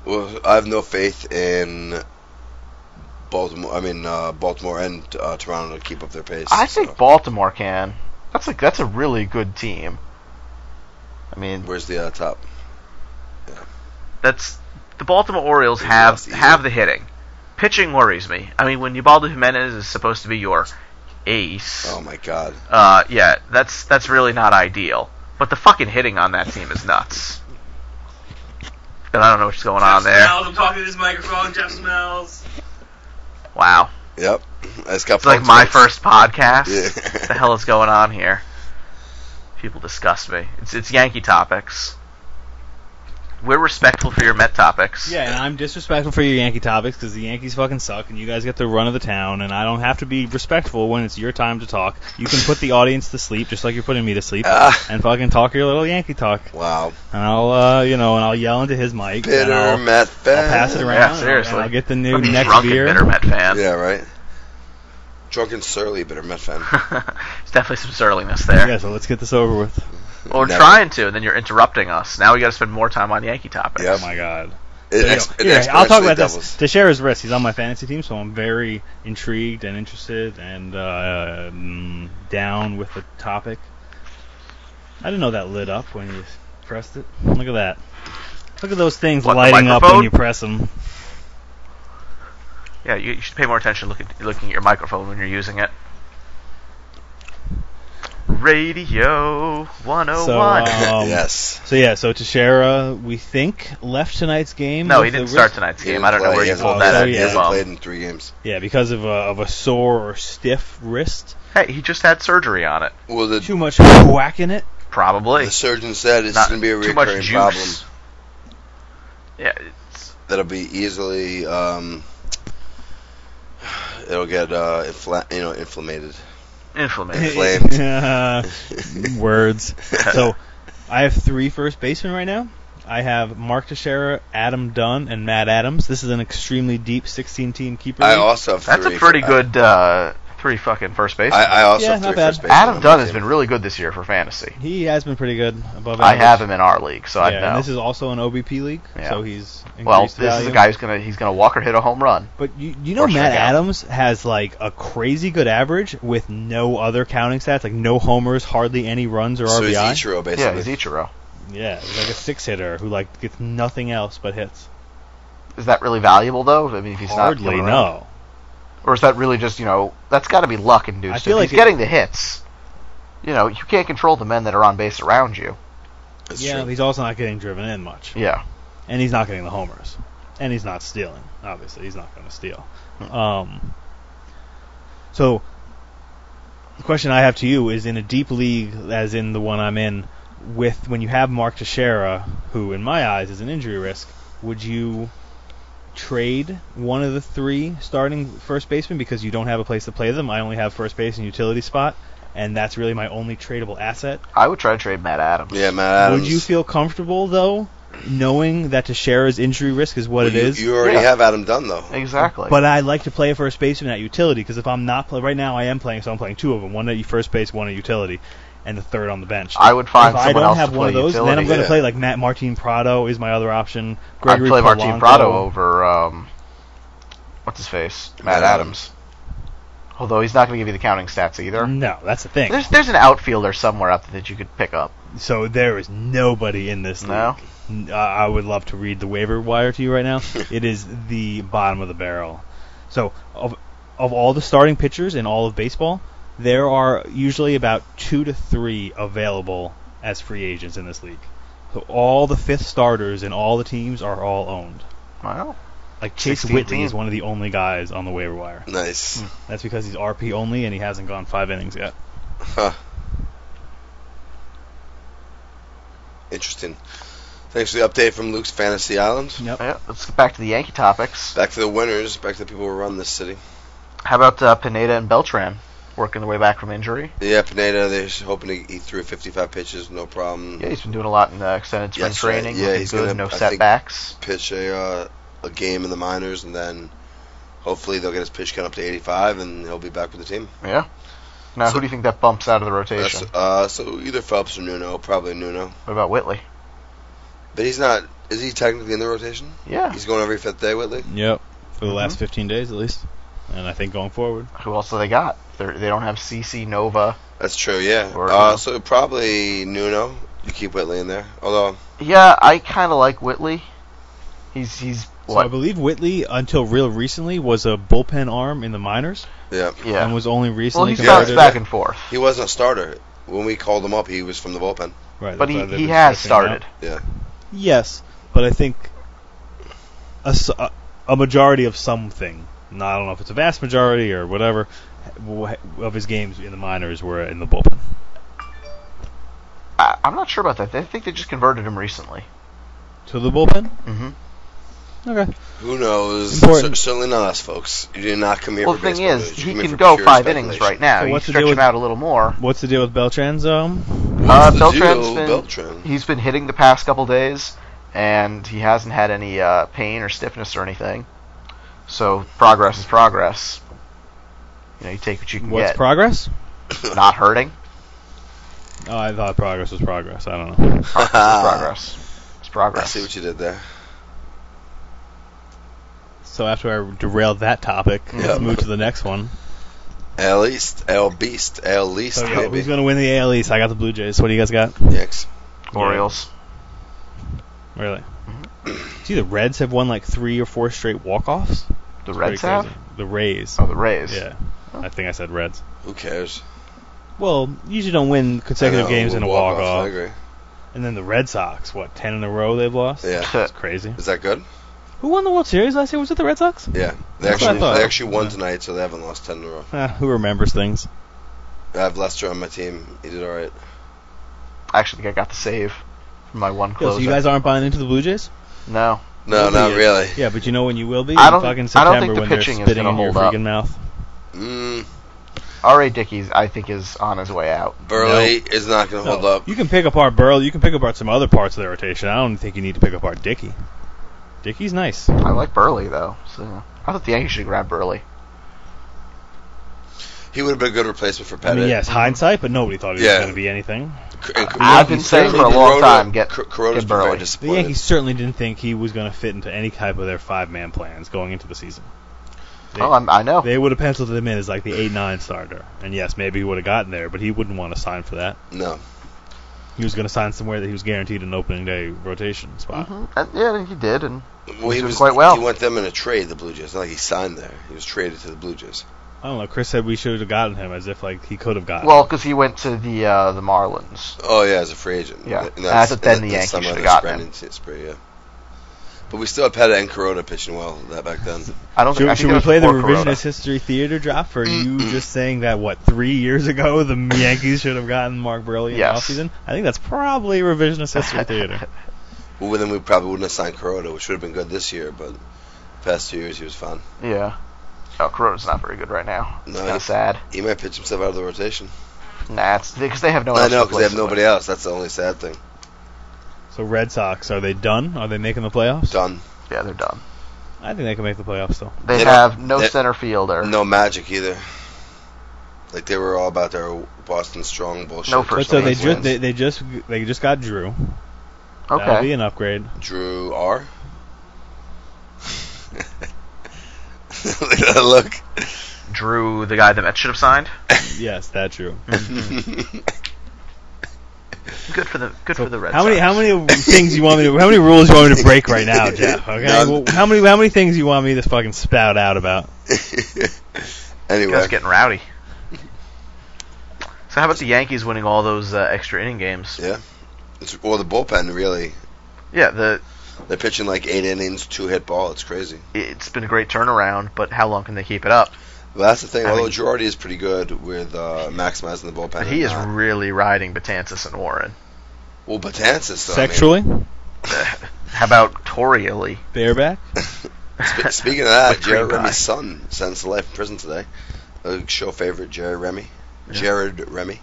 Speaker 3: Well, I have no faith in Baltimore. I mean, uh, Baltimore and uh, Toronto to keep up their pace.
Speaker 4: I think
Speaker 3: so.
Speaker 4: Baltimore can. That's a that's a really good team. I mean,
Speaker 3: Where's the uh, top?
Speaker 2: That's the Baltimore Orioles
Speaker 3: They
Speaker 2: have
Speaker 3: lost easy.
Speaker 2: have the hitting. Pitching worries me. I mean, when Ubaldo Jimenez is supposed to be your ace,
Speaker 3: Oh my God.
Speaker 2: uh, yeah, that's that's really not ideal. But the fucking hitting on that team is nuts. And I don't know what's going on there.
Speaker 1: I'm talking to this microphone. Jeff smells.
Speaker 2: Wow,
Speaker 3: Yep. I just got
Speaker 2: it's like
Speaker 3: punked
Speaker 2: my
Speaker 3: once.
Speaker 2: first podcast.
Speaker 3: Yeah.
Speaker 2: the hell is going on here? People disgust me. It's it's Yankee topics. We're respectful for your Met topics.
Speaker 1: Yeah, and I'm disrespectful for your Yankee topics because the Yankees fucking suck, and you guys get the run of the town, and I don't have to be respectful when it's your time to talk. You can put the audience to sleep just like you're putting me to sleep,
Speaker 3: Ah.
Speaker 1: and fucking talk your little Yankee talk,
Speaker 3: Wow.
Speaker 1: and I'll uh, you know, and I'll yell into his mic, and
Speaker 3: Bitter
Speaker 1: I'll,
Speaker 3: Matt
Speaker 1: I'll pass it around, and I'll-
Speaker 2: seriously.
Speaker 1: and I'll get the new
Speaker 2: Fucking
Speaker 1: next
Speaker 2: drunken
Speaker 1: beer.
Speaker 2: bitter Met fan.
Speaker 3: Yeah, right. Drunken surly bitter Met fan.
Speaker 2: There's definitely some surliness there.
Speaker 1: Yeah, so let's get this over with.
Speaker 2: Or
Speaker 3: Never.
Speaker 2: trying to, and then you're interrupting us. Now we got to spend more time on Yankee topics.
Speaker 3: Yep.
Speaker 1: Oh my god.
Speaker 3: It
Speaker 1: Yeah,
Speaker 3: ex- it
Speaker 1: yeah, I'll talk
Speaker 3: exponentially
Speaker 1: about
Speaker 3: doubles.
Speaker 1: this. To share his risk, he's on my fantasy team, so I'm very intrigued and interested and uh, mm, down with the topic. I didn't know that lit up when you pressed it. Look at that. Look at those things
Speaker 2: What, the
Speaker 1: lighting up when
Speaker 2: microphone?
Speaker 1: you press them.
Speaker 2: Yeah, you, you should pay more attention looking looking at your microphone when you're using it. Radio
Speaker 1: uh,
Speaker 2: 101.
Speaker 1: So, um,
Speaker 3: yes.
Speaker 1: So yeah, so Teixeira, we think left tonight's game.
Speaker 2: no,
Speaker 1: with
Speaker 2: he didn't
Speaker 1: the
Speaker 2: start
Speaker 1: wrist-
Speaker 2: tonight's
Speaker 3: He
Speaker 2: game.
Speaker 3: didn't
Speaker 2: I don't know
Speaker 3: play.
Speaker 2: where
Speaker 3: He
Speaker 2: you
Speaker 3: hasn't
Speaker 2: pulled
Speaker 1: played.
Speaker 2: that
Speaker 1: Oh,
Speaker 2: at.
Speaker 3: He
Speaker 1: yeah.
Speaker 2: you
Speaker 3: hasn't
Speaker 2: bum.
Speaker 3: played in three games.
Speaker 1: Yeah, because of a, of a sore or stiff wrist.
Speaker 2: Hey, he just had surgery on it.
Speaker 3: Well, the,
Speaker 1: Too much whack in it.
Speaker 2: Probably.
Speaker 3: the surgeon said it's
Speaker 2: Not
Speaker 3: going to be a
Speaker 2: too much
Speaker 3: recurring
Speaker 2: juice.
Speaker 3: problem
Speaker 2: Yeah, it's,
Speaker 3: that'll be easily. Um, it'll get uh, infla- you know inflamed.
Speaker 2: inflammation.
Speaker 3: Inflamed.
Speaker 1: Uh, words. So I have three first basemen right now. I have Mark Teixeira, Adam Dunn, and Matt Adams. This is an extremely deep 16-team keeper.
Speaker 3: I
Speaker 1: league.
Speaker 3: also have
Speaker 2: That's
Speaker 3: three.
Speaker 2: a pretty
Speaker 3: for-
Speaker 2: good. Uh, three fucking first basemen.
Speaker 3: I, I also
Speaker 1: Yeah,
Speaker 3: have
Speaker 1: not
Speaker 3: three
Speaker 1: bad.
Speaker 3: first basemen on
Speaker 2: Adam
Speaker 3: my
Speaker 2: Dunn has
Speaker 3: team.
Speaker 2: been really good this year for fantasy.
Speaker 1: He has been pretty good above.
Speaker 2: I
Speaker 1: average.
Speaker 2: have him in our league, so I
Speaker 1: yeah,
Speaker 2: know.
Speaker 1: and this is also an OBP league,
Speaker 2: Yeah.
Speaker 1: so he's increased
Speaker 2: well, this is
Speaker 1: value.
Speaker 2: a guy who's gonna he's gonna walk or hit a home run.
Speaker 1: But you, you know
Speaker 2: Or
Speaker 1: Matt
Speaker 2: strikeout.
Speaker 1: Adams has like a crazy good average with no other counting stats, like no homers, hardly any runs or
Speaker 3: So he's
Speaker 1: RBI.
Speaker 3: Ichiro,
Speaker 2: Yeah,
Speaker 3: basically.
Speaker 2: he's Ichiro.
Speaker 1: yeah, he's like a six hitter who like gets nothing else but hits.
Speaker 2: Is that really valuable though? I mean, if he's not
Speaker 1: hardly
Speaker 2: coming around.
Speaker 1: no.
Speaker 2: or is that really just you know that's got to be luck induced?
Speaker 1: I feel
Speaker 2: if
Speaker 1: like
Speaker 2: he's
Speaker 1: it-
Speaker 2: getting the hits. You know, you can't control the men that are on base around you.
Speaker 3: That's
Speaker 1: Yeah,
Speaker 3: true.
Speaker 1: he's also not getting driven in much,
Speaker 2: Yeah,
Speaker 1: and he's not getting the homers, and he's not stealing. Obviously, he's not going to steal. Um, so the question I have to you is: in a deep league, as in the one I'm in, with when you have Mark Teixeira, who in my eyes is an injury risk, would you trade one of the three starting first basemen because you don't have a place to play them? I only have first base and utility spot, and that's really my only tradable asset.
Speaker 2: I would try to trade Matt Adams.
Speaker 3: Yeah, Matt Adams.
Speaker 1: Would you feel comfortable though, knowing that Teixeira's injury risk is what
Speaker 3: Well,
Speaker 1: it
Speaker 3: you,
Speaker 1: is?
Speaker 3: You already
Speaker 2: Yeah.
Speaker 3: have Adam Dunn, though.
Speaker 2: exactly.
Speaker 1: But uh, I like to play a first baseman at utility because if I'm not play- right now, I am playing, so I'm playing two of them: one at first base, one at utility, and the third on the bench.
Speaker 2: I would find
Speaker 1: if I
Speaker 2: someone
Speaker 1: don't
Speaker 2: else
Speaker 1: have
Speaker 2: to
Speaker 1: one of
Speaker 2: play
Speaker 1: those, then I'm
Speaker 2: utility.
Speaker 1: going to
Speaker 3: Yeah.
Speaker 1: play like Matt Martin Prado is my other option.
Speaker 2: I'd
Speaker 1: Gregory
Speaker 2: play Martin
Speaker 1: Polanco.
Speaker 2: Prado over um, what's his face, Matt
Speaker 3: Matt
Speaker 2: Adams. Although he's not going to give you the counting stats either.
Speaker 1: No, that's the thing.
Speaker 2: There's there's an outfielder somewhere out there that you could pick up.
Speaker 1: So there is nobody in this
Speaker 2: No?
Speaker 1: league. No, I would love to read the waiver wire to you right now. it is the bottom of the barrel. So of of all the starting pitchers in all of baseball, there are usually about two to three available as free agents in this league. So all the fifth starters in all the teams are all owned.
Speaker 2: Well,
Speaker 1: Like Chase
Speaker 2: 16
Speaker 1: Whitley is
Speaker 2: team.
Speaker 1: one of the only guys on the waiver wire.
Speaker 3: Nice.
Speaker 1: That's because he's RP only and he hasn't gone five innings yet.
Speaker 3: Huh. Interesting. Thanks for the update from Luke's Fantasy Island.
Speaker 1: Yep.
Speaker 2: yeah, let's get back to the Yankee topics.
Speaker 3: Back to the winners. Back to the people who run this city.
Speaker 2: How about uh, Pineda and Beltran working their way back from injury?
Speaker 3: Yeah, Pineda. They're hoping to eat through 55 pitches, no problem.
Speaker 2: Yeah, he's been doing a lot in uh, extended spring
Speaker 3: That's right.
Speaker 2: training.
Speaker 3: Yeah,
Speaker 2: looking
Speaker 3: he's
Speaker 2: good,
Speaker 3: gonna-
Speaker 2: no
Speaker 3: I think-
Speaker 2: setbacks.
Speaker 3: pitch a uh, a game in the minors, and then hopefully they'll get his pitch count up to 85, and he'll be back with the team.
Speaker 2: Yeah. Now,
Speaker 3: So-
Speaker 2: who do you think that bumps out of the
Speaker 3: That's,
Speaker 2: rotation?
Speaker 3: uh, so either Phelps or Nuno, probably Nuno.
Speaker 2: What about Whitley?
Speaker 3: But he's not. Is he technically in the rotation?
Speaker 2: Yeah.
Speaker 3: He's going every fifth day, Whitley.
Speaker 1: Yep. For the
Speaker 2: Mhm.
Speaker 1: last 15 days at least. And I think going forward.
Speaker 2: Who else do they got? They're, they don't have CC Nova.
Speaker 3: That's true. Yeah.
Speaker 2: Or-
Speaker 3: uh, so probably Nuno. You keep Whitley in there. Although
Speaker 2: Yeah, I kind of like Whitley. He's he's
Speaker 1: So
Speaker 2: what?
Speaker 1: I believe Whitley, until real recently, was a bullpen arm in the minors and
Speaker 2: yeah.
Speaker 1: was only
Speaker 2: Well,
Speaker 1: recently
Speaker 2: he's
Speaker 3: compared
Speaker 2: bounced
Speaker 1: converted.
Speaker 3: to-
Speaker 2: back and forth,
Speaker 3: he wasn't a starter when we called him up, he was from the bullpen.
Speaker 1: Right,
Speaker 2: but
Speaker 1: that's
Speaker 2: he,
Speaker 1: why they've
Speaker 2: he
Speaker 1: been
Speaker 2: has
Speaker 1: stretching him out.
Speaker 2: started.
Speaker 3: Yeah.
Speaker 1: Yes, but I think a, s- a- a majority of something, no, I don't know if it's a vast majority or whatever, wh- of his games in the minors were in the bullpen.
Speaker 2: I, I'm not sure about that. I think they just converted him recently.
Speaker 1: To the bullpen?
Speaker 2: Mm-hmm.
Speaker 1: Okay.
Speaker 3: Who knows?
Speaker 1: Important.
Speaker 3: Cer- certainly not us, folks. You did not come here.
Speaker 2: Well,
Speaker 3: for
Speaker 2: the thing
Speaker 3: baseball
Speaker 2: is,
Speaker 3: news. You
Speaker 2: he
Speaker 3: came here
Speaker 2: can
Speaker 3: for
Speaker 2: go
Speaker 3: pure
Speaker 2: five innings
Speaker 3: speculation.
Speaker 2: right now.
Speaker 1: So
Speaker 2: you
Speaker 1: what's the
Speaker 2: stretch
Speaker 1: deal
Speaker 2: him
Speaker 1: with-
Speaker 2: out a little more.
Speaker 1: What's the deal with Beltran's? Um,
Speaker 2: Uh,
Speaker 3: What's the
Speaker 2: Beltran's
Speaker 3: deal,
Speaker 2: been-
Speaker 3: Beltran?
Speaker 2: He's been hitting the past couple days, and he hasn't had any uh, pain or stiffness or anything. So progress is progress. You know, you take what you can
Speaker 1: what's
Speaker 2: get.
Speaker 1: progress?
Speaker 2: Not hurting.
Speaker 1: Oh, I thought progress was progress. I don't know.
Speaker 2: It's progress. It's
Speaker 3: I
Speaker 2: progress.
Speaker 3: see what you did there.
Speaker 1: So after I derailed that topic,
Speaker 3: Yeah.
Speaker 1: let's move to the next one.
Speaker 3: L East, L Beast, L Least,
Speaker 1: So, yeah, who's
Speaker 3: maybe.
Speaker 1: going to win the AL East? I got the Blue Jays. What do you guys got?
Speaker 3: Yikes.
Speaker 2: Orioles.
Speaker 1: Really? See, the Reds have won like three or four straight walk-offs.
Speaker 2: The
Speaker 1: It's
Speaker 2: Reds
Speaker 1: pretty
Speaker 2: have.
Speaker 1: crazy. The Rays.
Speaker 2: Oh, the Rays. Oh.
Speaker 1: Yeah. I think I said Reds.
Speaker 3: Who cares?
Speaker 1: Well, you usually don't win
Speaker 3: I
Speaker 1: consecutive
Speaker 3: know,
Speaker 1: games in a
Speaker 3: we'll walk
Speaker 1: walk-off.
Speaker 3: I agree.
Speaker 1: and then the Red Sox, what, 10 in a row they've lost?
Speaker 3: Yeah.
Speaker 1: That's crazy.
Speaker 3: Is that good?
Speaker 1: Who won the World Series last year? Was it the Red Sox?
Speaker 3: Yeah. They
Speaker 1: That's what I
Speaker 3: actually
Speaker 1: thought.
Speaker 3: they actually won
Speaker 1: Yeah.
Speaker 3: tonight, so they haven't lost ten in a row.
Speaker 1: Eh, who remembers things?
Speaker 3: I have Lester on my team. He did all right.
Speaker 2: I actually think I got the save from my one
Speaker 1: Yo,
Speaker 2: closer.
Speaker 1: so you guys aren't buying into the Blue Jays?
Speaker 2: no.
Speaker 3: No,
Speaker 1: Nobody
Speaker 3: not
Speaker 1: is.
Speaker 3: really.
Speaker 1: Yeah, but you know when you will be?
Speaker 2: I
Speaker 1: In
Speaker 2: don't-
Speaker 1: fucking
Speaker 2: I
Speaker 1: September
Speaker 2: don't think the
Speaker 1: when they're
Speaker 2: pitching is
Speaker 1: spitting
Speaker 2: gonna
Speaker 1: in your
Speaker 2: hold up.
Speaker 1: freaking mouth.
Speaker 3: Mm,
Speaker 2: R.A. Dickey's, I think, is on his way out.
Speaker 3: Burley is not going to
Speaker 1: No,
Speaker 3: hold up.
Speaker 1: You can pick apart Burl. You can pick apart some other parts of the rotation. I don't think you need to pick apart Dickey. Dickey's nice.
Speaker 2: I like Burley, though. So I thought the Yankees should grab Burley.
Speaker 3: He would have been a good replacement for
Speaker 1: I
Speaker 3: Pettit.
Speaker 1: mean, yes, hindsight, but nobody thought he
Speaker 3: Yeah.
Speaker 1: was going to be anything.
Speaker 3: C- and C-
Speaker 4: I've been saying for a long
Speaker 3: Kuroda-
Speaker 4: time, get-
Speaker 3: Ku- Kuroda's
Speaker 4: get
Speaker 3: been
Speaker 4: Burley.
Speaker 3: very
Speaker 4: The
Speaker 1: The
Speaker 3: disappointed.
Speaker 1: Yankees certainly didn't think he was going to fit into any type of their five-man plans going into the season. They,
Speaker 4: Oh, I'm, I know.
Speaker 1: they would have penciled him in as like the eight-nine starter, and yes, maybe he would have gotten there, but he wouldn't want to sign for that.
Speaker 3: No.
Speaker 1: He was going to sign somewhere that he was guaranteed an opening day rotation spot.
Speaker 4: Mhm.
Speaker 2: Uh,
Speaker 4: And, yeah, he did, and
Speaker 3: Well, he
Speaker 4: doing
Speaker 3: was
Speaker 4: quite well.
Speaker 3: He went them in a trade, the Blue Jays. It's not like he signed there. He was traded to the Blue Jays.
Speaker 1: I don't know. Chris said we should have gotten him as if like he could have gotten.
Speaker 4: well,
Speaker 1: him.
Speaker 4: because he went to the uh, the Marlins.
Speaker 3: Oh yeah, as a free agent.
Speaker 4: Yeah.
Speaker 3: And
Speaker 4: I thought then the
Speaker 3: and
Speaker 4: Yankees
Speaker 3: that's
Speaker 4: should've
Speaker 3: somewhere
Speaker 4: gotten
Speaker 3: that's
Speaker 4: him.
Speaker 3: Brendan Titsbury, yeah. But we still had Pettit and Kuroda pitching well that back then.
Speaker 4: I don't.
Speaker 1: should,
Speaker 4: think, I
Speaker 1: should
Speaker 4: think
Speaker 1: we
Speaker 4: that
Speaker 1: play the
Speaker 4: was before
Speaker 1: revisionist
Speaker 4: Corona.
Speaker 1: history theater drop for you just saying that what three years ago the Yankees should have gotten Mark Burley in
Speaker 4: Yes.
Speaker 1: the offseason? I think that's probably revisionist history theater.
Speaker 3: Well, then we probably wouldn't have signed Kuroda, which would have been good this year. But past two years, he was fine.
Speaker 4: Yeah. Oh, Corona's not very good right now. It's
Speaker 3: No,
Speaker 4: kind of
Speaker 3: it's-
Speaker 4: sad.
Speaker 3: He might pitch himself out of the rotation.
Speaker 4: Nah, it's because they have no. one
Speaker 3: I
Speaker 4: else
Speaker 3: know
Speaker 4: to
Speaker 3: because they
Speaker 4: replace
Speaker 3: have
Speaker 4: him
Speaker 3: nobody
Speaker 4: with.
Speaker 3: else. That's the only sad thing.
Speaker 1: so Red Sox, are they done? Are they making the playoffs?
Speaker 3: Done.
Speaker 4: Yeah, they're done.
Speaker 1: I think they can make the playoffs though.
Speaker 4: They,
Speaker 3: They don't-
Speaker 4: have no
Speaker 3: they-
Speaker 4: center fielder.
Speaker 3: No magic either. Like they were all about their Boston strong bullshit.
Speaker 4: No first
Speaker 1: But so they
Speaker 4: round
Speaker 1: just they, they just they just got Drew. That'll be
Speaker 4: Okay.
Speaker 1: an upgrade.
Speaker 3: Drew R. Look at that look.
Speaker 2: Drew, the guy the Mets should have signed.
Speaker 1: Yes, that Drew.
Speaker 4: Mm-hmm.
Speaker 2: Good for the good
Speaker 1: So
Speaker 2: for the Red
Speaker 1: how many
Speaker 2: Sox.
Speaker 1: how many things you want me to how many rules you want me to break right now, Jeff? Okay.
Speaker 3: None.
Speaker 1: Well, how many how many things you want me to fucking spout out about?
Speaker 2: You guys
Speaker 3: anyway,
Speaker 2: getting rowdy. So how about the Yankees winning all those uh, extra inning games?
Speaker 3: yeah. It's, well, the bullpen really.
Speaker 2: Yeah, the
Speaker 3: They're pitching like eight innings, two hit ball. It's crazy.
Speaker 2: it's been a great turnaround, but how long can they keep it up?
Speaker 3: Well, that's the thing.
Speaker 2: I
Speaker 3: Although
Speaker 2: mean-
Speaker 3: Girardi is pretty good with uh, maximizing the bullpen.
Speaker 2: But he is
Speaker 3: and not-
Speaker 2: really riding Batanzas and Warren.
Speaker 3: well, Batanzas. Though, I mean-
Speaker 1: Sexually?
Speaker 2: How about Torially?
Speaker 1: Bareback?
Speaker 3: Spe- speaking of that,
Speaker 2: With cream
Speaker 3: Jared
Speaker 2: pie.
Speaker 3: Remy's son sentenced to life in prison today. A show favorite, Jared Remy. Jared Remy.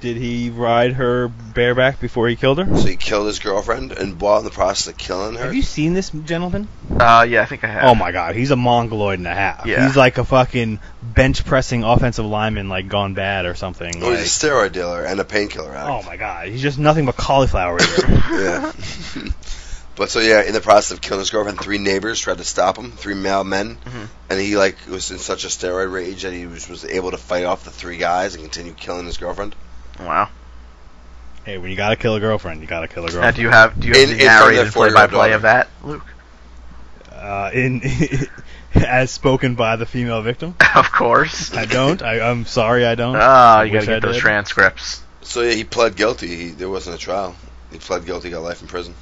Speaker 1: Did he ride her bareback before he killed her?
Speaker 3: So he killed his girlfriend, and while in the process of killing her,
Speaker 1: Have you seen this gentleman?
Speaker 2: Uh, yeah, I think I have.
Speaker 1: Oh my god, he's a mongoloid and a half.
Speaker 2: Yeah.
Speaker 1: He's like a fucking bench pressing offensive lineman like gone bad or something.
Speaker 3: oh, he's a
Speaker 1: like-
Speaker 3: steroid dealer and a painkiller
Speaker 1: oh
Speaker 3: addict.
Speaker 1: my god, he's just nothing but cauliflower ear.
Speaker 3: Yeah. but so yeah, in the process of killing his girlfriend, three neighbors tried to stop him, three male men,
Speaker 2: Mhm.
Speaker 3: and he like was in such a steroid rage that he was, was able to fight off the three guys and continue killing his girlfriend.
Speaker 2: Wow.
Speaker 1: hey, when you gotta kill a girlfriend, you gotta kill a
Speaker 2: Now,
Speaker 1: girlfriend.
Speaker 2: do you have do you
Speaker 3: In-
Speaker 2: have the
Speaker 3: in front of their
Speaker 2: narrated play by play
Speaker 3: four-year-old
Speaker 2: of that, Luke?
Speaker 1: Uh, in as spoken by the female victim.
Speaker 2: of course.
Speaker 1: I don't. I, I'm sorry, I don't.
Speaker 2: Ah,
Speaker 1: I
Speaker 2: you gotta
Speaker 1: wish I
Speaker 2: get those
Speaker 1: did.
Speaker 2: transcripts.
Speaker 3: So yeah, he pled guilty. He, there wasn't a trial. He pled guilty, got life in prison.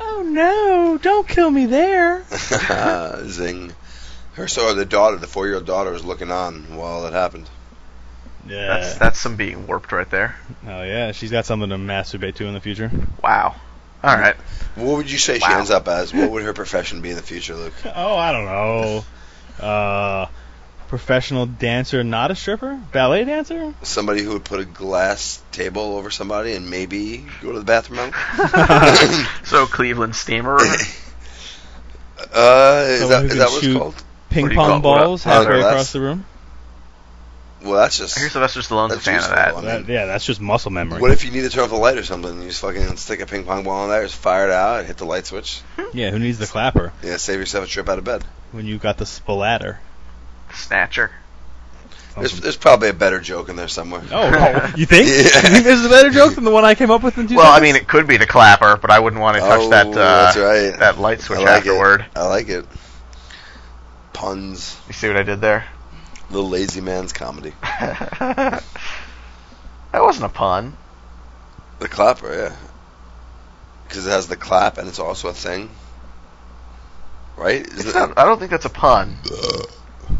Speaker 1: Oh no! Don't kill me there.
Speaker 3: Uh, Zing. Her so the daughter, the four year old daughter, was looking on while it happened.
Speaker 1: Yeah.
Speaker 2: That's that's some being warped right there.
Speaker 1: oh yeah, she's got something to masturbate to in the future.
Speaker 2: Wow. All right.
Speaker 3: What would you say she
Speaker 2: Wow.
Speaker 3: ends up as? What would her profession be in the future, Luke?
Speaker 1: Oh, I don't know. Uh, professional dancer, not a stripper, ballet dancer.
Speaker 3: Somebody who would put a glass table over somebody and maybe go to the bathroom. out?
Speaker 2: So Cleveland Steamer.
Speaker 3: Uh, is
Speaker 1: Someone
Speaker 3: that,
Speaker 1: who
Speaker 3: is
Speaker 1: can
Speaker 3: that what it's
Speaker 1: shoot-
Speaker 3: called?
Speaker 1: Ping
Speaker 2: What do you
Speaker 1: pong
Speaker 2: call it?
Speaker 1: balls
Speaker 2: What up-
Speaker 1: halfway
Speaker 3: Oh, that's-
Speaker 1: across the room.
Speaker 3: Well, that's just.
Speaker 2: I hear Sylvester Stallone's a
Speaker 3: That's
Speaker 2: fan of
Speaker 3: useful,
Speaker 2: that.
Speaker 3: though.
Speaker 1: That- yeah, that's just muscle memory.
Speaker 3: What if you need to turn off the light or something? And you just fucking stick a ping pong ball in there, just fire it out, and hit the light switch.
Speaker 2: Hmm?
Speaker 1: yeah, who needs the clapper
Speaker 3: Yeah, save yourself a trip out of bed.
Speaker 1: when you got the splatter?
Speaker 2: Snatcher.
Speaker 3: There's, there's probably a better joke in there somewhere.
Speaker 1: Oh, oh, you think?
Speaker 3: Yeah.
Speaker 1: You think this is a better joke than the one I came up with in two
Speaker 2: Well, I
Speaker 1: seconds?
Speaker 2: mean, it could be the clapper, but I wouldn't want to touch
Speaker 3: Oh,
Speaker 2: that uh,
Speaker 3: that's right.
Speaker 2: that light switch
Speaker 3: I like
Speaker 2: afterward.
Speaker 3: It. I like it. Puns,
Speaker 2: You see what I did there?
Speaker 3: the lazy man's comedy.
Speaker 2: that wasn't a pun.
Speaker 3: The clapper, yeah. Because it has the clap and it's also a thing. Right? Isn't
Speaker 2: It's
Speaker 3: it-
Speaker 2: not, I don't think that's a pun.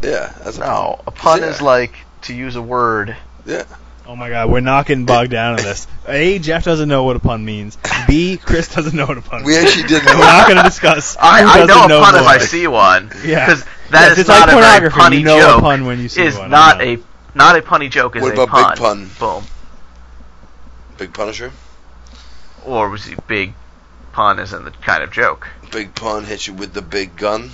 Speaker 3: yeah, that's a
Speaker 2: No, a
Speaker 3: pun.
Speaker 2: pun
Speaker 3: Yeah,
Speaker 2: is like to use a word.
Speaker 3: Yeah.
Speaker 1: oh my God, we're not getting bogged down in this. A, Jeff doesn't know what a pun means. B, Chris doesn't know what a pun
Speaker 3: We
Speaker 1: means.
Speaker 3: actually did
Speaker 1: And we're not
Speaker 3: know.
Speaker 1: going to discuss. who
Speaker 2: I, I
Speaker 1: doesn't
Speaker 2: know a
Speaker 1: know
Speaker 2: pun
Speaker 1: more.
Speaker 2: if I see one.
Speaker 1: Yeah.
Speaker 2: Because
Speaker 1: Yeah,
Speaker 2: that is
Speaker 1: it's like
Speaker 2: not a very
Speaker 1: pornography.
Speaker 2: punny
Speaker 1: You know
Speaker 2: joke.
Speaker 1: a pun when you see
Speaker 2: is
Speaker 1: one. I
Speaker 2: not
Speaker 1: know.
Speaker 2: a not a punny joke. Is
Speaker 3: What
Speaker 2: a
Speaker 3: about Big
Speaker 2: pun.
Speaker 3: Pun?
Speaker 2: Boom.
Speaker 3: Big Punisher.
Speaker 2: Or was he big pun? Isn't the kind of joke.
Speaker 3: Big Pun hits you with the big gun.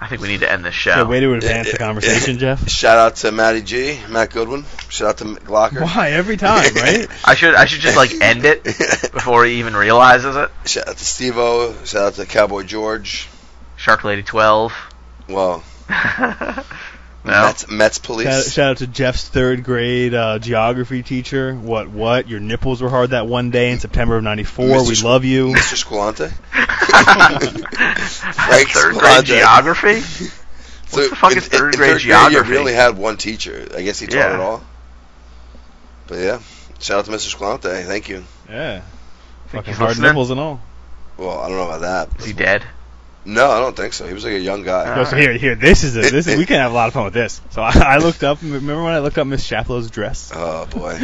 Speaker 2: I think we need to end this show.
Speaker 1: Yeah, way to advance the conversation, Jeff.
Speaker 3: Shout out to Matty G, Matt Goodwin. Shout out to Glocker.
Speaker 1: Why every time, right?
Speaker 2: I should I should just like end it before he even realizes it.
Speaker 3: Shout out to Steve O. Shout out to Cowboy George.
Speaker 2: Shark Lady Twelve.
Speaker 3: Well,
Speaker 2: no.
Speaker 3: Mets, Mets police.
Speaker 1: Shout, shout out to Jeff's third grade uh, geography teacher. What what? Your nipples were hard that one day in September of '94.
Speaker 3: Mr.
Speaker 1: We
Speaker 3: Squ-
Speaker 1: love you.
Speaker 3: Mr. Squalante. Frank
Speaker 2: Third grade
Speaker 3: Squalante.
Speaker 2: geography.
Speaker 3: So
Speaker 2: the fuck is third grade geography?
Speaker 3: you really had one teacher. I guess he taught
Speaker 2: Yeah.
Speaker 3: it all. But yeah, shout out to Mr. Squalante. Thank you.
Speaker 1: Yeah. Fucking
Speaker 2: he's
Speaker 1: hard
Speaker 2: listening?
Speaker 1: nipples and all.
Speaker 3: Well, I don't know about that.
Speaker 2: Is he dead?
Speaker 3: No, I don't think so. He was like a young guy.
Speaker 1: No, so here, here, this is a, this. Is, we can have a lot of fun with this. So I, I looked up. Remember when I looked up Miss Shaplow's dress?
Speaker 3: Oh boy.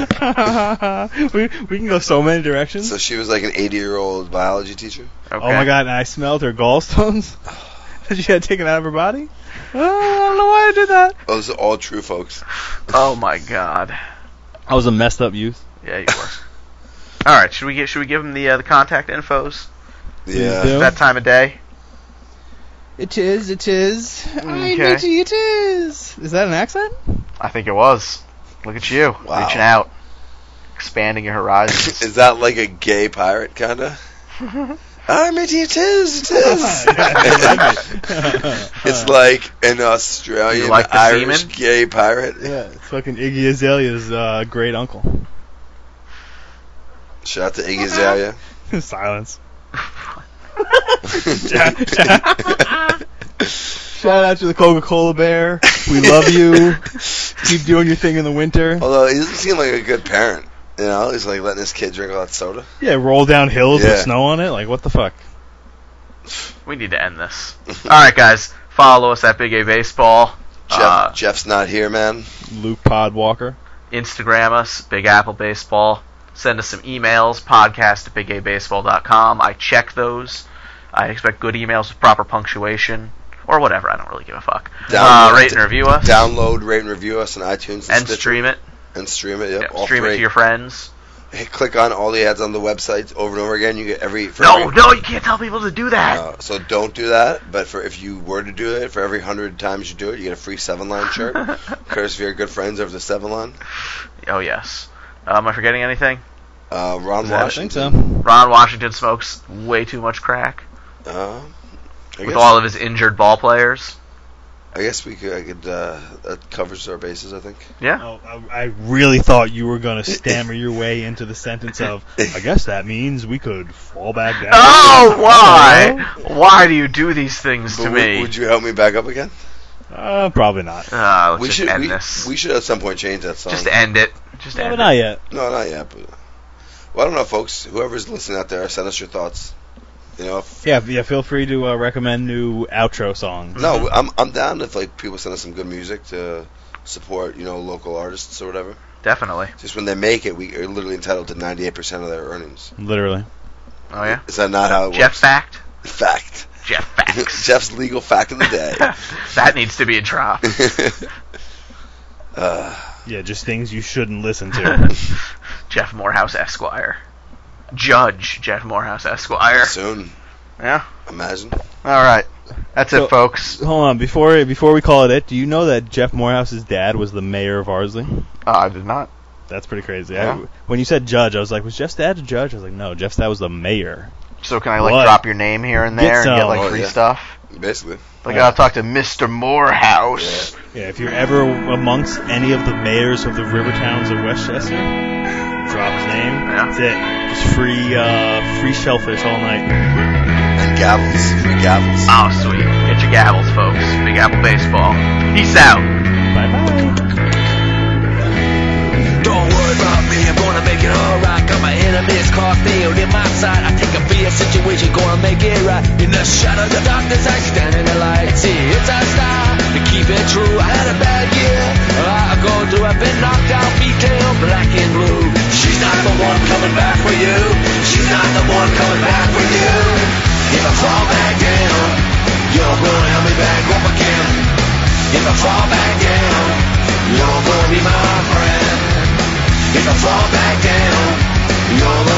Speaker 1: we we can go so many directions.
Speaker 3: So she was like an 80 year old biology teacher.
Speaker 2: Okay.
Speaker 1: Oh my god! And I smelled her gallstones that she had taken out of her body. Oh, I don't know why I did that.
Speaker 3: Oh, those are all true, folks.
Speaker 2: Oh my god.
Speaker 1: I was a messed up youth.
Speaker 2: Yeah, you were. All right. Should we get? Should we give him the uh, the contact infos?
Speaker 1: do.
Speaker 3: Yeah.
Speaker 2: That time of day.
Speaker 1: It is. It is.
Speaker 2: I Okay. need
Speaker 1: It is. Is that an accent?
Speaker 4: I think it was. Look at you
Speaker 3: Wow.
Speaker 4: reaching out, expanding your horizons.
Speaker 3: Is that like a gay pirate kinda? Ah, I'm a teacher. It is. it's like an Australian
Speaker 2: You like the
Speaker 3: Irish
Speaker 2: semen?
Speaker 3: gay pirate.
Speaker 1: yeah, it's fucking Iggy Azalea's uh, great uncle.
Speaker 3: Shout out to Iggy Azalea.
Speaker 1: Silence. shout, shout out to the Coca-Cola bear. We love you. Keep doing your thing in the winter.
Speaker 3: Although he doesn't seem like a good parent. You know, he's like letting his kid drink all that soda.
Speaker 1: Yeah, roll down hills with
Speaker 3: Yeah.
Speaker 1: snow on it. Like what the fuck?
Speaker 2: We need to end this. All right, guys. Follow us at Big A Baseball.
Speaker 3: Jeff,
Speaker 2: Uh,
Speaker 3: Jeff's not here, man.
Speaker 1: Luke Podwalker.
Speaker 2: Instagram us, Big Apple Baseball. Send us some emails, podcast at bigabaseball.com. I check those. I expect good emails with proper punctuation or whatever. I don't really give a fuck. Uh,
Speaker 3: Download-
Speaker 2: rate and review us
Speaker 3: Download, rate, and review us on iTunes and,
Speaker 2: and
Speaker 3: Stitcher.
Speaker 2: stream it.
Speaker 3: and stream it. Yep,
Speaker 2: Yeah,
Speaker 3: all
Speaker 2: stream
Speaker 3: three.
Speaker 2: it to your friends.
Speaker 3: Hey, click on all the ads on the website over and over again. You get every for
Speaker 2: No,
Speaker 3: every-
Speaker 2: no, you can't tell people to do that.
Speaker 3: Uh, so don't do that. But for if you were to do it, for every hundred times you do it, you get a free seven line shirt. Curse for your good friends over the seven line.
Speaker 2: Oh, yes. Um, am I forgetting anything?
Speaker 3: Uh, Ron
Speaker 1: I
Speaker 3: Washington.
Speaker 1: think so.
Speaker 2: Ron Washington smokes way too much crack
Speaker 3: Uh, I,
Speaker 2: with
Speaker 3: guess,
Speaker 2: all of his injured ball players.
Speaker 3: I guess we could. I could uh, that covers our bases. I think.
Speaker 2: Yeah.
Speaker 1: Oh, I, I really thought you were gonna stammer your way into the sentence of, "I guess that means we could fall back down."
Speaker 2: Oh, why? Why do you do these things to
Speaker 3: But would-
Speaker 2: me?
Speaker 3: would you help me back up again?
Speaker 1: Uh, probably not.
Speaker 2: Uh, let's
Speaker 3: we
Speaker 2: just
Speaker 3: should.
Speaker 2: end
Speaker 3: we,
Speaker 2: this.
Speaker 3: we should at some point change that song.
Speaker 2: Just end it. Just
Speaker 1: Yeah,
Speaker 2: end
Speaker 1: but
Speaker 2: it.
Speaker 1: not yet.
Speaker 3: No, not yet. But well, I don't know, folks. Whoever's listening out there, send us your thoughts. You know, if,
Speaker 1: Yeah, yeah. Feel free to uh, recommend new outro songs.
Speaker 2: Mm-hmm.
Speaker 3: no, I'm I'm down if like people send us some good music to support you know local artists or whatever.
Speaker 2: Definitely.
Speaker 3: Just when they make it, we are literally entitled to 98% of their earnings.
Speaker 1: Literally.
Speaker 2: Oh yeah.
Speaker 3: Is that not how it
Speaker 2: Jeff Fact.
Speaker 3: works? Fact.
Speaker 2: Jeff Facts.
Speaker 3: Jeff's legal fact of the day.
Speaker 2: that needs to be a drop.
Speaker 3: uh,
Speaker 1: Yeah, just things you shouldn't listen to.
Speaker 2: Jeff Morehouse Esquire. Judge Jeff Morehouse Esquire.
Speaker 3: soon,
Speaker 2: Yeah.
Speaker 3: imagine.
Speaker 4: All right, that's
Speaker 1: So-
Speaker 4: it, folks. Uh,
Speaker 1: Hold on, before before we call it it, do you know that Jeff Morehouse's dad was the mayor of Arsley?
Speaker 4: Uh, I did not.
Speaker 1: That's pretty crazy.
Speaker 4: Yeah.
Speaker 1: I, when you said judge, I was like, was Jeff's dad a judge? I was like, no, Jeff's dad was the mayor.
Speaker 4: So can I like
Speaker 1: What?
Speaker 4: drop your name here and there and
Speaker 1: some.
Speaker 4: get like
Speaker 3: Oh,
Speaker 4: free
Speaker 3: yeah.
Speaker 4: stuff?
Speaker 3: Basically,
Speaker 4: Like
Speaker 1: Yeah.
Speaker 4: I'll talk to Mr. Morehouse.
Speaker 1: Yeah, if you're ever amongst any of the mayors of the river towns of Westchester, drop his name.
Speaker 2: Yeah.
Speaker 1: That's it. Just free uh, free shellfish all night.
Speaker 3: and gavels, free gavels.
Speaker 2: Oh sweet. Get your gavels, folks. Big Apple Baseball. Peace out.
Speaker 1: Bye bye.
Speaker 5: Don't worry about me, I'm gonna make it alright. Got my enemies Carfield in my sight. I think I'll be a situation, gonna make it right. In the shadows of darkness, I stand in the light. See, it's our style to keep it true. I had a bad year, I'll go through. I've been knocked out, beat down, black and blue. She's not the one coming back for you. She's not the one coming back for you. If I fall back down, you're gonna help me back up again. If I fall back down, you're gonna be my friend. If I fall back down, you'll